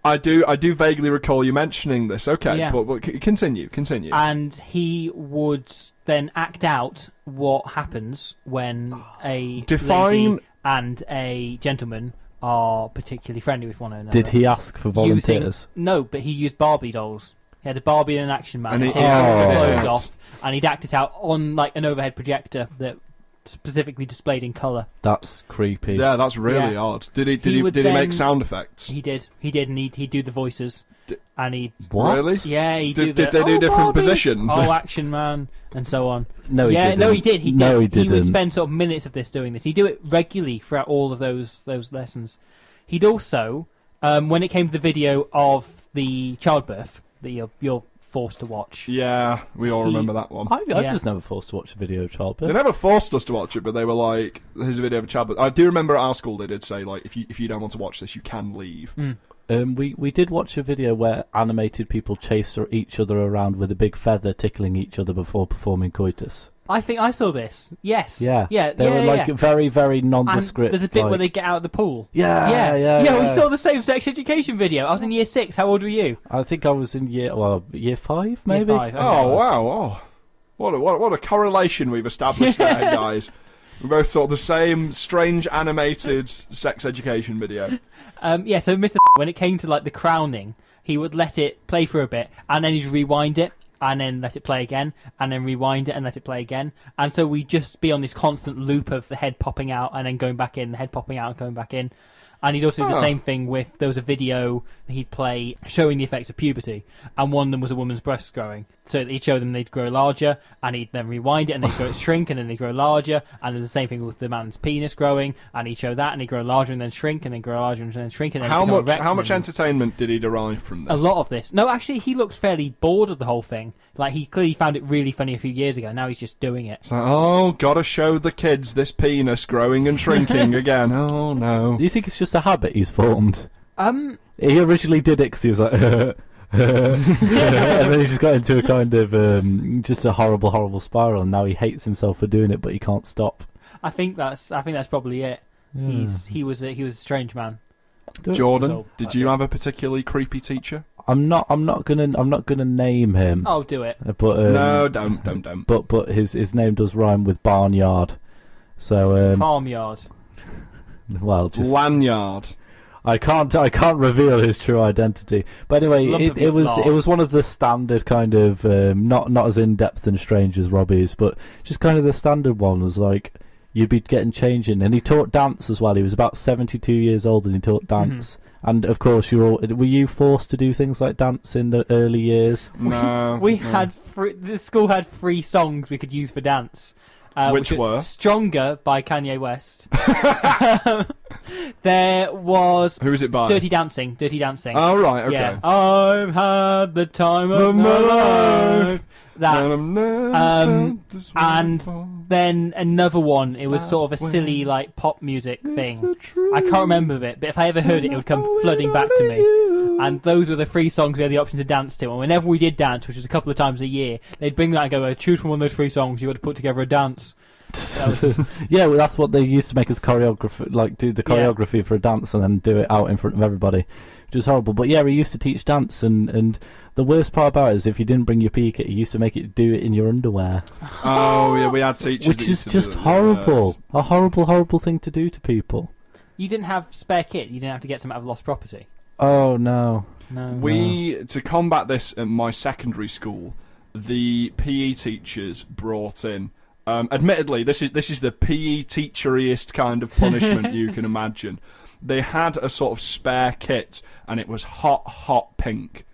S2: I do I do vaguely recall you mentioning this. Okay,
S1: Yeah.
S2: but, but c- continue, continue.
S1: And he would then act out what happens when a
S2: Define-
S1: lady and a gentleman are particularly friendly with one another.
S3: Did he ask for
S1: Using-
S3: volunteers?
S1: No, but he used Barbie dolls. He had a Barbie and an action man.
S2: And
S1: And
S2: he
S1: he took his
S3: acted it
S1: clothes
S2: out.
S1: off, and he'd act it out on like an overhead projector that specifically displayed in color.
S3: That's creepy.
S2: Yeah, that's really
S1: Yeah.
S2: odd. Did he did
S1: He
S2: he,
S1: would
S2: did he
S1: then-
S2: make sound effects?
S1: He did. He did, and he'd, he'd do the voices,
S2: D-
S1: and he would
S3: What?
S2: Really?
S1: yeah, he
S2: Did-
S1: do
S2: did
S1: the,
S2: they do
S1: "Oh,
S2: different
S1: Barbie!
S2: positions?
S1: Oh, action man, and so on.
S3: No, he
S1: yeah,
S3: didn't.
S1: no, he did. He did.
S3: No, he
S1: He would
S3: didn't.
S1: spend sort of minutes of this doing this. He'd do it regularly throughout all of those those lessons. He'd also, um, when it came to the video of the childbirth that you're you're forced to watch,
S2: <laughs> Yeah, we all
S1: He- Oh,
S2: remember that one.
S3: I, I
S1: Yeah.
S3: was never forced to watch a video of
S2: They
S3: childbirth.
S2: never forced us to watch it, but they were like, "Here's a video of a childbirth." I do remember at our school they did say like, "If you if you don't want to watch this, you can leave."
S1: Mm.
S3: Um, we we did watch a video where animated people chased each other around with a big feather, tickling each other before performing coitus.
S1: I think I saw this. Yes.
S3: Yeah,
S1: Yeah.
S3: They
S1: yeah,
S3: were
S1: yeah,
S3: like
S1: yeah.
S3: very, very
S1: And
S3: nondescript.
S1: There's a bit
S3: like,
S1: where they get out of the pool.
S3: Yeah,
S1: yeah,
S3: yeah, yeah.
S1: we saw the same sex education video. I was in year six. How old were you?
S3: I think I was in year, well, year five, maybe.
S1: Year five.
S2: Oh wow! Oh, what a, what a, what a correlation we've
S1: <laughs>
S2: established there, guys. We both saw the same strange animated sex education video.
S1: Um, yeah, so Mr. <laughs> when it came to like the crowning, he would let it play for a bit, and then he'd rewind it, and then let it play again, and then rewind it and let it play again, and so we'd just be on this constant loop of the head popping out and then going back in, the head popping out and going back in. And he'd also do the
S2: Oh.
S1: same thing with there was a video that he'd play showing the effects of puberty, and one of them was a woman's breasts growing. So he'd show them they'd grow larger, and he'd then rewind it, and they'd go shrink, and then they would grow larger. And there's the same thing with the man's penis growing, and he'd show that, and he'd grow larger, and then shrink, and then grow larger, and then shrink, and then
S2: How
S1: become a
S2: much how
S1: rectum.
S2: much entertainment did he derive from this?
S1: A lot of this. No, actually, he looked fairly bored of the whole thing. Like he clearly found it really funny a few years ago. Now he's just doing it.
S2: It's like, oh, gotta show the kids this penis growing
S1: <laughs>
S2: and shrinking again. Oh no.
S3: Do you think it's just a habit he's formed?
S1: Um,
S3: He originally did it because he was like, <laughs> and then he just got into a kind of um, just a horrible, horrible spiral. And now he hates himself for doing it, but he can't stop.
S1: I think that's I think that's probably it.
S3: Hmm.
S1: He's he was a, he was a strange man.
S2: Jordan,
S1: So,
S2: did
S1: okay.
S2: you have a particularly creepy teacher?
S3: I'm not. I'm not gonna. I'm not gonna name him.
S1: Oh, do it.
S3: Uh, But um,
S2: no, don't, don't, don't.
S3: But but his his name does rhyme with barnyard. So um,
S1: Farmyard.
S3: well, just
S2: Lanyard.
S3: I can't I can't reveal his true identity. But anyway,
S1: Lump
S3: it,
S1: of
S3: it was
S1: lard.
S3: it was one of the standard kind of um, not not as in depth and strange as Robbie's, but just kind of the standard one was like you'd be getting changing, and he taught dance as well. He was about seventy two years old, and he taught
S1: Mm-hmm.
S3: dance. And of course, you're all, were you forced to do things like dance in the early years?
S2: No.
S1: <laughs> We
S2: Oh, no.
S1: had free, the school had three songs we could use for dance, uh,
S2: Which were?
S1: "Stronger" by Kanye
S2: <laughs>
S1: West. <laughs> there was
S2: Who is it by?
S1: "Dirty Dancing." "Dirty Dancing."
S2: Oh right, okay.
S1: Yeah, uh, I've had the time
S2: Of
S1: of
S2: my
S1: my
S2: life.
S1: life. That
S2: And I'm
S1: Um,
S2: never felt this
S1: and
S2: before.
S1: then another one. It was
S2: That's
S1: sort of a silly
S2: when
S1: like pop music
S2: It's
S1: thing.
S2: the truth.
S1: I can't remember it, but if I ever heard it, it would come flooding back to me. And those were the three songs we had the option to dance to. And whenever we did dance, which was a couple of times a year, they'd bring that and go, uh, choose from one of those three songs, you got to put together a dance. That was-
S3: Yeah, well, that's what they used to make us choreograph, like do the
S1: Yeah.
S3: choreography for a dance and then do it out in front of everybody, which is horrible. But yeah, we used to teach dance, and and the worst part about it is if you didn't bring your PE kit, you used to make it do it in your underwear,
S2: Oh yeah, we had teachers. that
S3: which
S2: used
S3: is
S2: to do
S3: just
S2: that, yeah.
S3: horrible. A horrible, horrible thing to do to people.
S1: you didn't have spare kit, you didn't have to get some out of lost property.
S3: Oh no!
S1: No.
S2: We to combat this at my secondary school, the PE teachers brought in. Um, admittedly, this is this is the PE teacheriest kind of punishment you can imagine. They had a sort of spare kit, and it was hot, hot pink.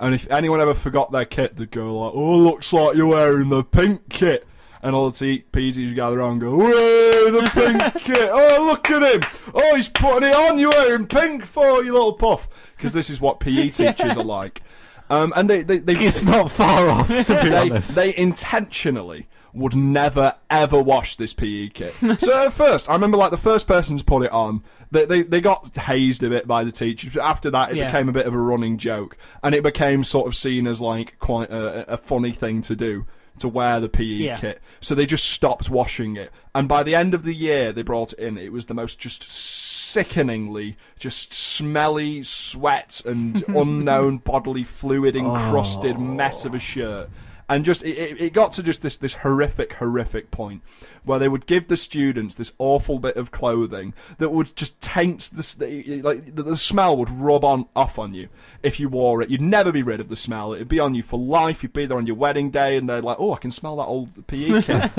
S2: And if anyone ever forgot their kit, they'd go like, "Oh, looks like you're wearing the pink kit." And all the te- PE teachers gather around and go, "Hooray, the
S3: <laughs>
S2: pink kit! Oh, look at him! Oh, he's putting it on. You're wearing pink for you little puff." Because this is what
S3: <laughs>
S2: PE teachers are like. Um, and they they, they
S3: It's not far off, to be
S2: <laughs> they,
S3: honest.
S2: they intentionally would never ever wash this PE kit. so
S3: <laughs>
S2: at first, I remember like the first person to put it on, they they, they got hazed a bit by the teachers. But after that, it
S1: Yeah.
S2: became a bit of a running joke, and it became sort of seen as like quite a, a funny thing to do to wear the PE
S1: Yeah.
S2: kit. So they just stopped washing it, and by the end of the year, they brought it in. It was the most just sickeningly just smelly sweat and unknown bodily fluid encrusted mess of a shirt. And just it- it, it got to just this this horrific horrific point where they would give the students this awful bit of clothing that would just taint the s- the- like the, the smell would rub on off on you if you wore it. You'd never be rid of the smell. It'd be on you for life. You'd be there on your wedding day, and they're like, "Oh, I can smell that old PE kit."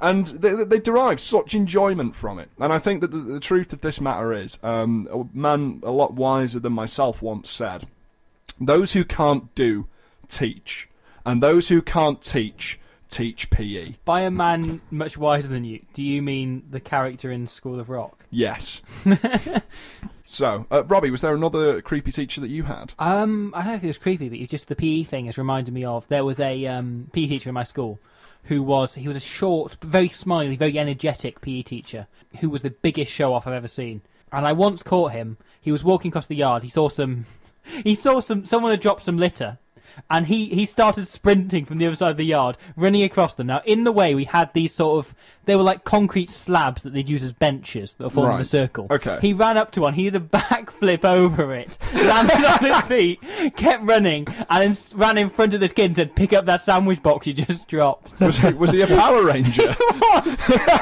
S2: and they, they- they derive such enjoyment from it. And I think that the, the truth of this matter is, um, a man a lot wiser than myself once said, "Those who can't do, teach, and those who can't teach, teach E." PE."
S1: By a man much wiser than you, do you mean the character in School of Rock? <laughs>
S2: Yes. so, uh, Robbie, was there another creepy teacher that you had?
S1: Um, I don't know if it was creepy, but you just the PE thing has reminded me of there was a um, PE teacher in my school who was he was a short, but very smiley, very energetic PE teacher who was the biggest show off I've ever seen. And I <laughs> once caught him. He was walking across the yard. He saw some. He saw some. Someone had dropped some litter, and he he started sprinting from the other side of the yard, running across them. Now in the way we had these sort of they were like concrete slabs that they'd use as benches that were forming a
S2: Right.
S1: circle.
S2: Okay.
S1: He ran up to one. He did a <laughs> backflip over it, landed on his feet, kept running, and then s- ran in front of this kid and said, "Pick up that sandwich box you <laughs> just dropped."
S2: <laughs> Was he, was he a Power
S1: <laughs>
S2: Ranger?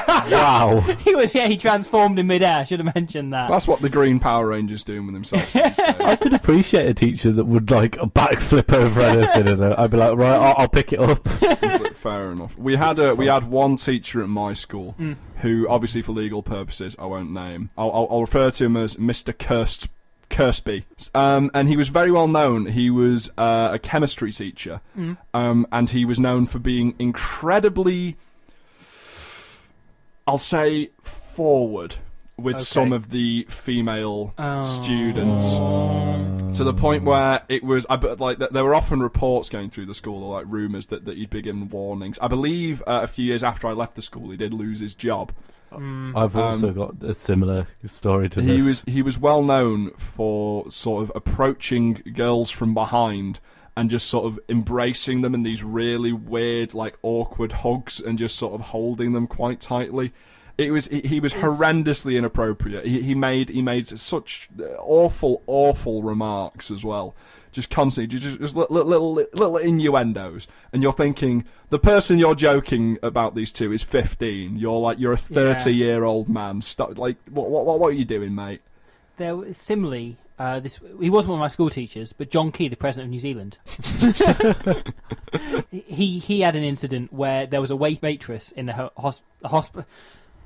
S3: Wow.
S1: He was yeah. He transformed in midair. I should have mentioned that.
S2: That's what the Green Power Ranger's doing with himself.
S1: <laughs>
S3: I could appreciate a teacher that would like a backflip over anything. and I'd be like, right, I'll, I'll pick it up.
S2: It's like, fair enough. We had a we had one teacher at my school who, obviously for legal purposes, I won't name. I'll, I'll, I'll refer to him as Mister Kirst Kirstby, um, and he was very well known. He was uh, a chemistry teacher, um, and he was known for being incredibly, I'll say, forward with
S1: Okay.
S2: some of the female
S1: Oh.
S2: students <laughs> to the point
S3: Mm.
S2: where it was I but like th- there were often reports going through the school or like rumors that, that he'd be given warnings. I believe uh, a few years after I left the school, he did lose his job.
S1: Mm.
S3: I've also got a similar story to this.
S2: Um, He was he was well known for sort of approaching girls from behind and just sort of embracing them in these really weird like awkward hugs and just sort of holding them quite tightly. It was he, he was horrendously inappropriate. He, he made he made such uh, awful awful remarks as well. Just constantly, just, just little, little little innuendos, and you're thinking the person you're joking about these two is 15. You're like you're a 30
S1: Yeah.
S2: year old man. Stop, like what, what what what are you doing, mate?
S1: There was similarly, uh, this he wasn't one of my school teachers, but John Key, the president of New Zealand, <laughs> he he had an incident where there was a wait- waitress in the ho- hos- a hospital.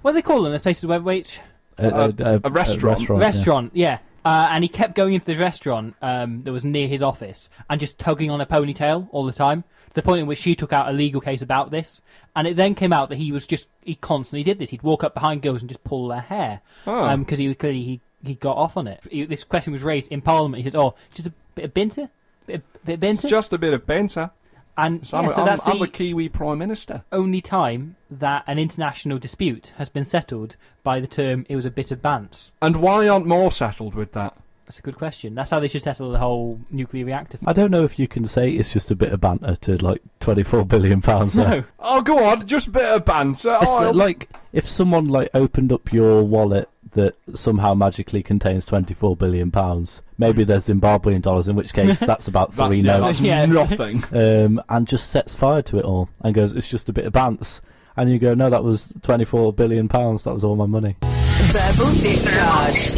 S1: What do they call them? Those places where wait
S3: a, a-
S2: a- a restaurant.
S3: yeah.
S1: restaurant, yeah. Uh, and he kept going into the restaurant um, that was near his office and just tugging on a ponytail all the time. To the point in which she took out a legal case about this, and it then came out that he was just he constantly did this. He'd walk up behind girls and just pull their hair
S2: Oh.
S1: because he was clearly he, he got off on it. He- this question was raised in Parliament. He said, "Oh, just a bit of banter, bit of, bit of
S2: It's
S1: banter,"
S2: just a bit of banter.
S1: and
S2: So
S1: yeah,
S2: I'm, a-
S1: so
S2: I'm,
S1: that's
S2: I'm
S1: the
S2: a Kiwi prime minister.
S1: only time that an international dispute has been settled by the term "it was a bit of bants."
S2: And why aren't more settled with that?
S1: That's a good question. That's how they should settle the whole nuclear reactor. thing.
S3: I don't know if you can say it's just a bit of banter to like twenty-four billion pounds. there.
S1: No,
S2: Oh, go on, just a bit of banter.
S3: It's
S2: Oh,
S3: li- like if someone like opened up your wallet that somehow magically contains twenty-four billion pounds. Maybe there's Zimbabwean dollars, in
S1: <laughs>
S3: which case that's about
S2: that's,
S3: three
S2: yeah,
S3: notes.
S2: that's
S1: Yeah.
S2: nothing.
S3: um, and just sets fire to it all and goes, "It's just a bit of bants." And you go, "No, that was twenty-four billion pounds. That was all my money."
S6: Verbal Discharge.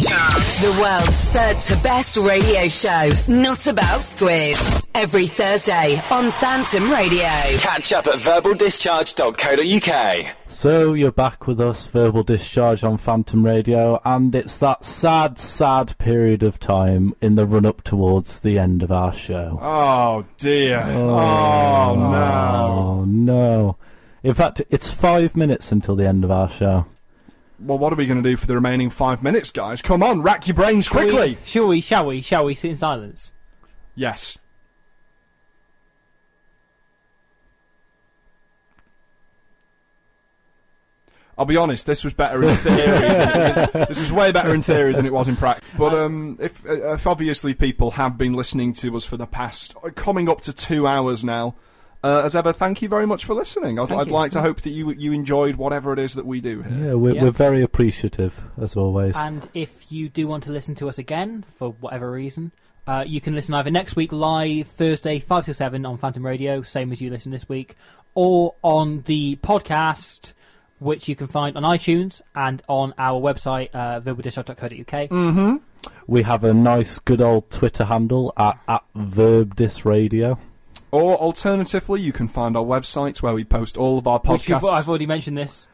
S6: The world's third to best radio show. Not about squid. Every Thursday on Phantom Radio.
S7: Catch up at verbaldischarge.co.uk.
S3: So you're back with us, Verbal Discharge on Phantom Radio, and it's that sad, sad period of time in the run-up towards the end of our show.
S2: Oh dear. Oh, no.
S3: Oh no! In fact, it's five minutes until the end of our show.
S2: Well, what are we going to do for the remaining five minutes, guys? Come on, rack your brains quickly.
S1: We- shall we? Shall we? Shall we sit in silence?
S2: Yes. I'll be honest. This was better in
S1: <laughs>
S2: theory. this was way better in theory than it was in practice. But um, if, uh, if obviously people have been listening to us for the past uh, coming up to two hours now, uh, as ever, thank you very much for listening. I'd,
S1: Thank
S2: I'd
S1: you.
S2: like to hope that you you enjoyed whatever it is that we do here.
S3: Yeah, we're,
S1: Yeah.
S3: we're very appreciative as always.
S1: And if you do want to listen to us again for whatever reason, uh, you can listen either next week live Thursday five till seven on Phantom Radio, same as you listen this week, or on the podcast. Which you can find on iTunes and on our website, uh, verbaldischarge.co.uk.
S3: We have a nice, good old Twitter handle at, at VerbDisRadio.
S2: Or alternatively, you can find our websites where we post all of our
S1: Which you've-
S2: podcasts.
S1: I've already mentioned this.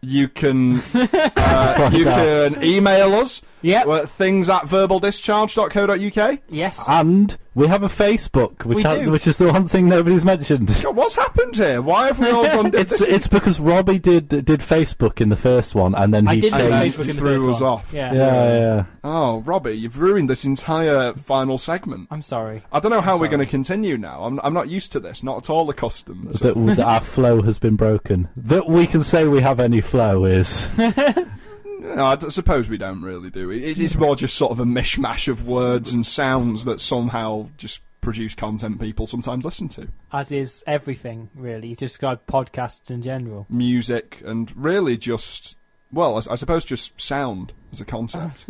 S2: You can uh, you
S3: Fuck
S2: can email us.
S1: Yep.
S2: Well, things at verbaldischarge.co.uk.
S1: yes.
S3: And we have a Facebook, which
S1: We
S3: ha-
S1: do.
S3: which is the one thing
S1: <laughs>
S3: nobody's mentioned.
S2: God, what's happened here? Why have we all
S3: <laughs>
S2: done this?
S3: It's it's because Robbie did did Facebook in the first one, and then
S1: I
S3: he
S1: did know
S3: changed.
S2: change.
S1: Facebook in the
S2: Threw
S1: first
S2: us
S1: one.
S2: off.
S1: Yeah.
S3: Yeah, yeah.
S2: Oh, Robbie, you've ruined this entire final segment.
S1: I'm sorry.
S2: I don't know how we're going to continue now. I'm, I'm not used to this, not at all accustomed.
S3: That, that our flow has been broken. That we can say we have any
S1: <laughs>
S3: flow is
S2: No, I d- suppose we don't really do. It, it's more just sort of a mishmash of words and sounds that somehow just produce content people sometimes listen to.
S1: as is everything really. You describe podcasts in general.
S2: Music and really just, well, I, I suppose just sound as
S1: <laughs>
S2: a concept.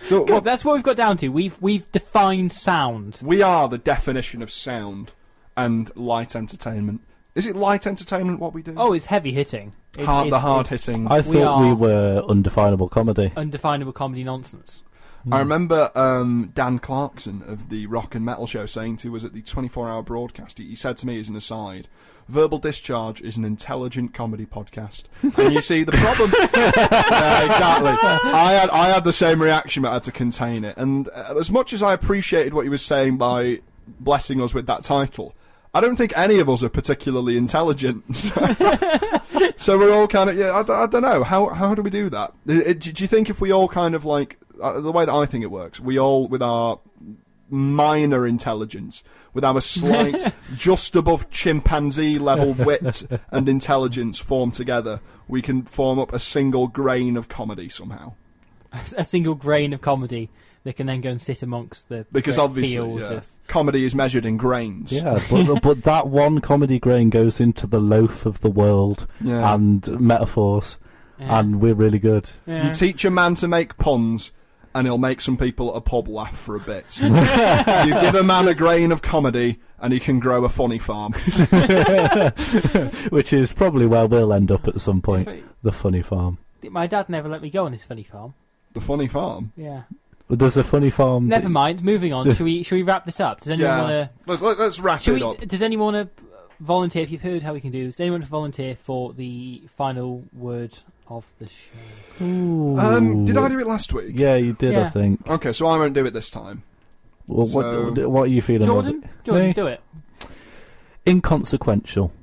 S2: so
S1: Good,
S2: well,
S1: that's what we've got down to. We've we've defined sound.
S2: we are the definition of sound and light entertainment. Is it light entertainment what we do?
S1: Oh, it's heavy hitting. It's,
S2: hard, the
S1: it's-
S2: hard
S1: it's
S2: hitting.
S3: I
S1: We
S3: thought we
S1: are-
S3: were undefinable comedy.
S1: undefinable comedy nonsense. <laughs>
S2: I remember um, Dan Clarkson of the Rock and Metal Show saying to us at the 24 hour broadcast, he, he said to me as an aside, Verbal Discharge is an intelligent comedy podcast. And you see, the problem. Yeah, exactly. I had, I had the same reaction, but I had to contain it. And uh, as much as I appreciated what he was saying by blessing us with that title, I don't think any of us are particularly intelligent. <laughs> So we're all kind of yeah. I, d- I don't know how how do we do that? It- it- do you think if we all kind of like uh, the way that I think it works, we all with our minor intelligence, with our slight just above chimpanzee level wit and intelligence form together, we can form up a single grain of comedy somehow.
S1: A single grain of comedy that can then go and sit amongst the
S2: Because
S1: the
S2: obviously,
S1: field
S2: yeah,
S1: of
S2: comedy is measured in grains.
S3: Yeah, but, but that one comedy grain goes into the loaf of the world
S2: Yeah.
S3: and metaphors,
S1: yeah,
S3: and we're really Um, good. <laughs>
S1: yeah.
S2: You teach a man to make puns, and he'll make some people at a pub laugh for a bit. you give a man a grain of comedy, and he can grow a funny farm. <laughs>
S3: Which is probably where we'll end up at some point. The funny farm.
S1: My dad never let me go on his funny farm.
S2: The funny farm.
S1: Yeah.
S3: But There's a funny farm.
S1: Never mind. Moving on. should we should we wrap this up? Does anyone
S2: Mm. Yeah.
S1: want to?
S2: Let's let, let's wrap
S1: Should
S2: it up.
S1: we? Does anyone want to volunteer? If you've heard how we can do, this, does anyone want to volunteer for the final word of the show?
S3: Ooh.
S2: Um, did I do it last week?
S3: Yeah, you did. I
S1: Yeah.
S3: think.
S2: Okay, so I won't do it this time.
S3: Well,
S2: So-
S3: what, what are you feeling?
S1: Jordan,
S3: Robbie?
S1: Jordan,
S3: Me?
S1: do it.
S3: Inconsequential.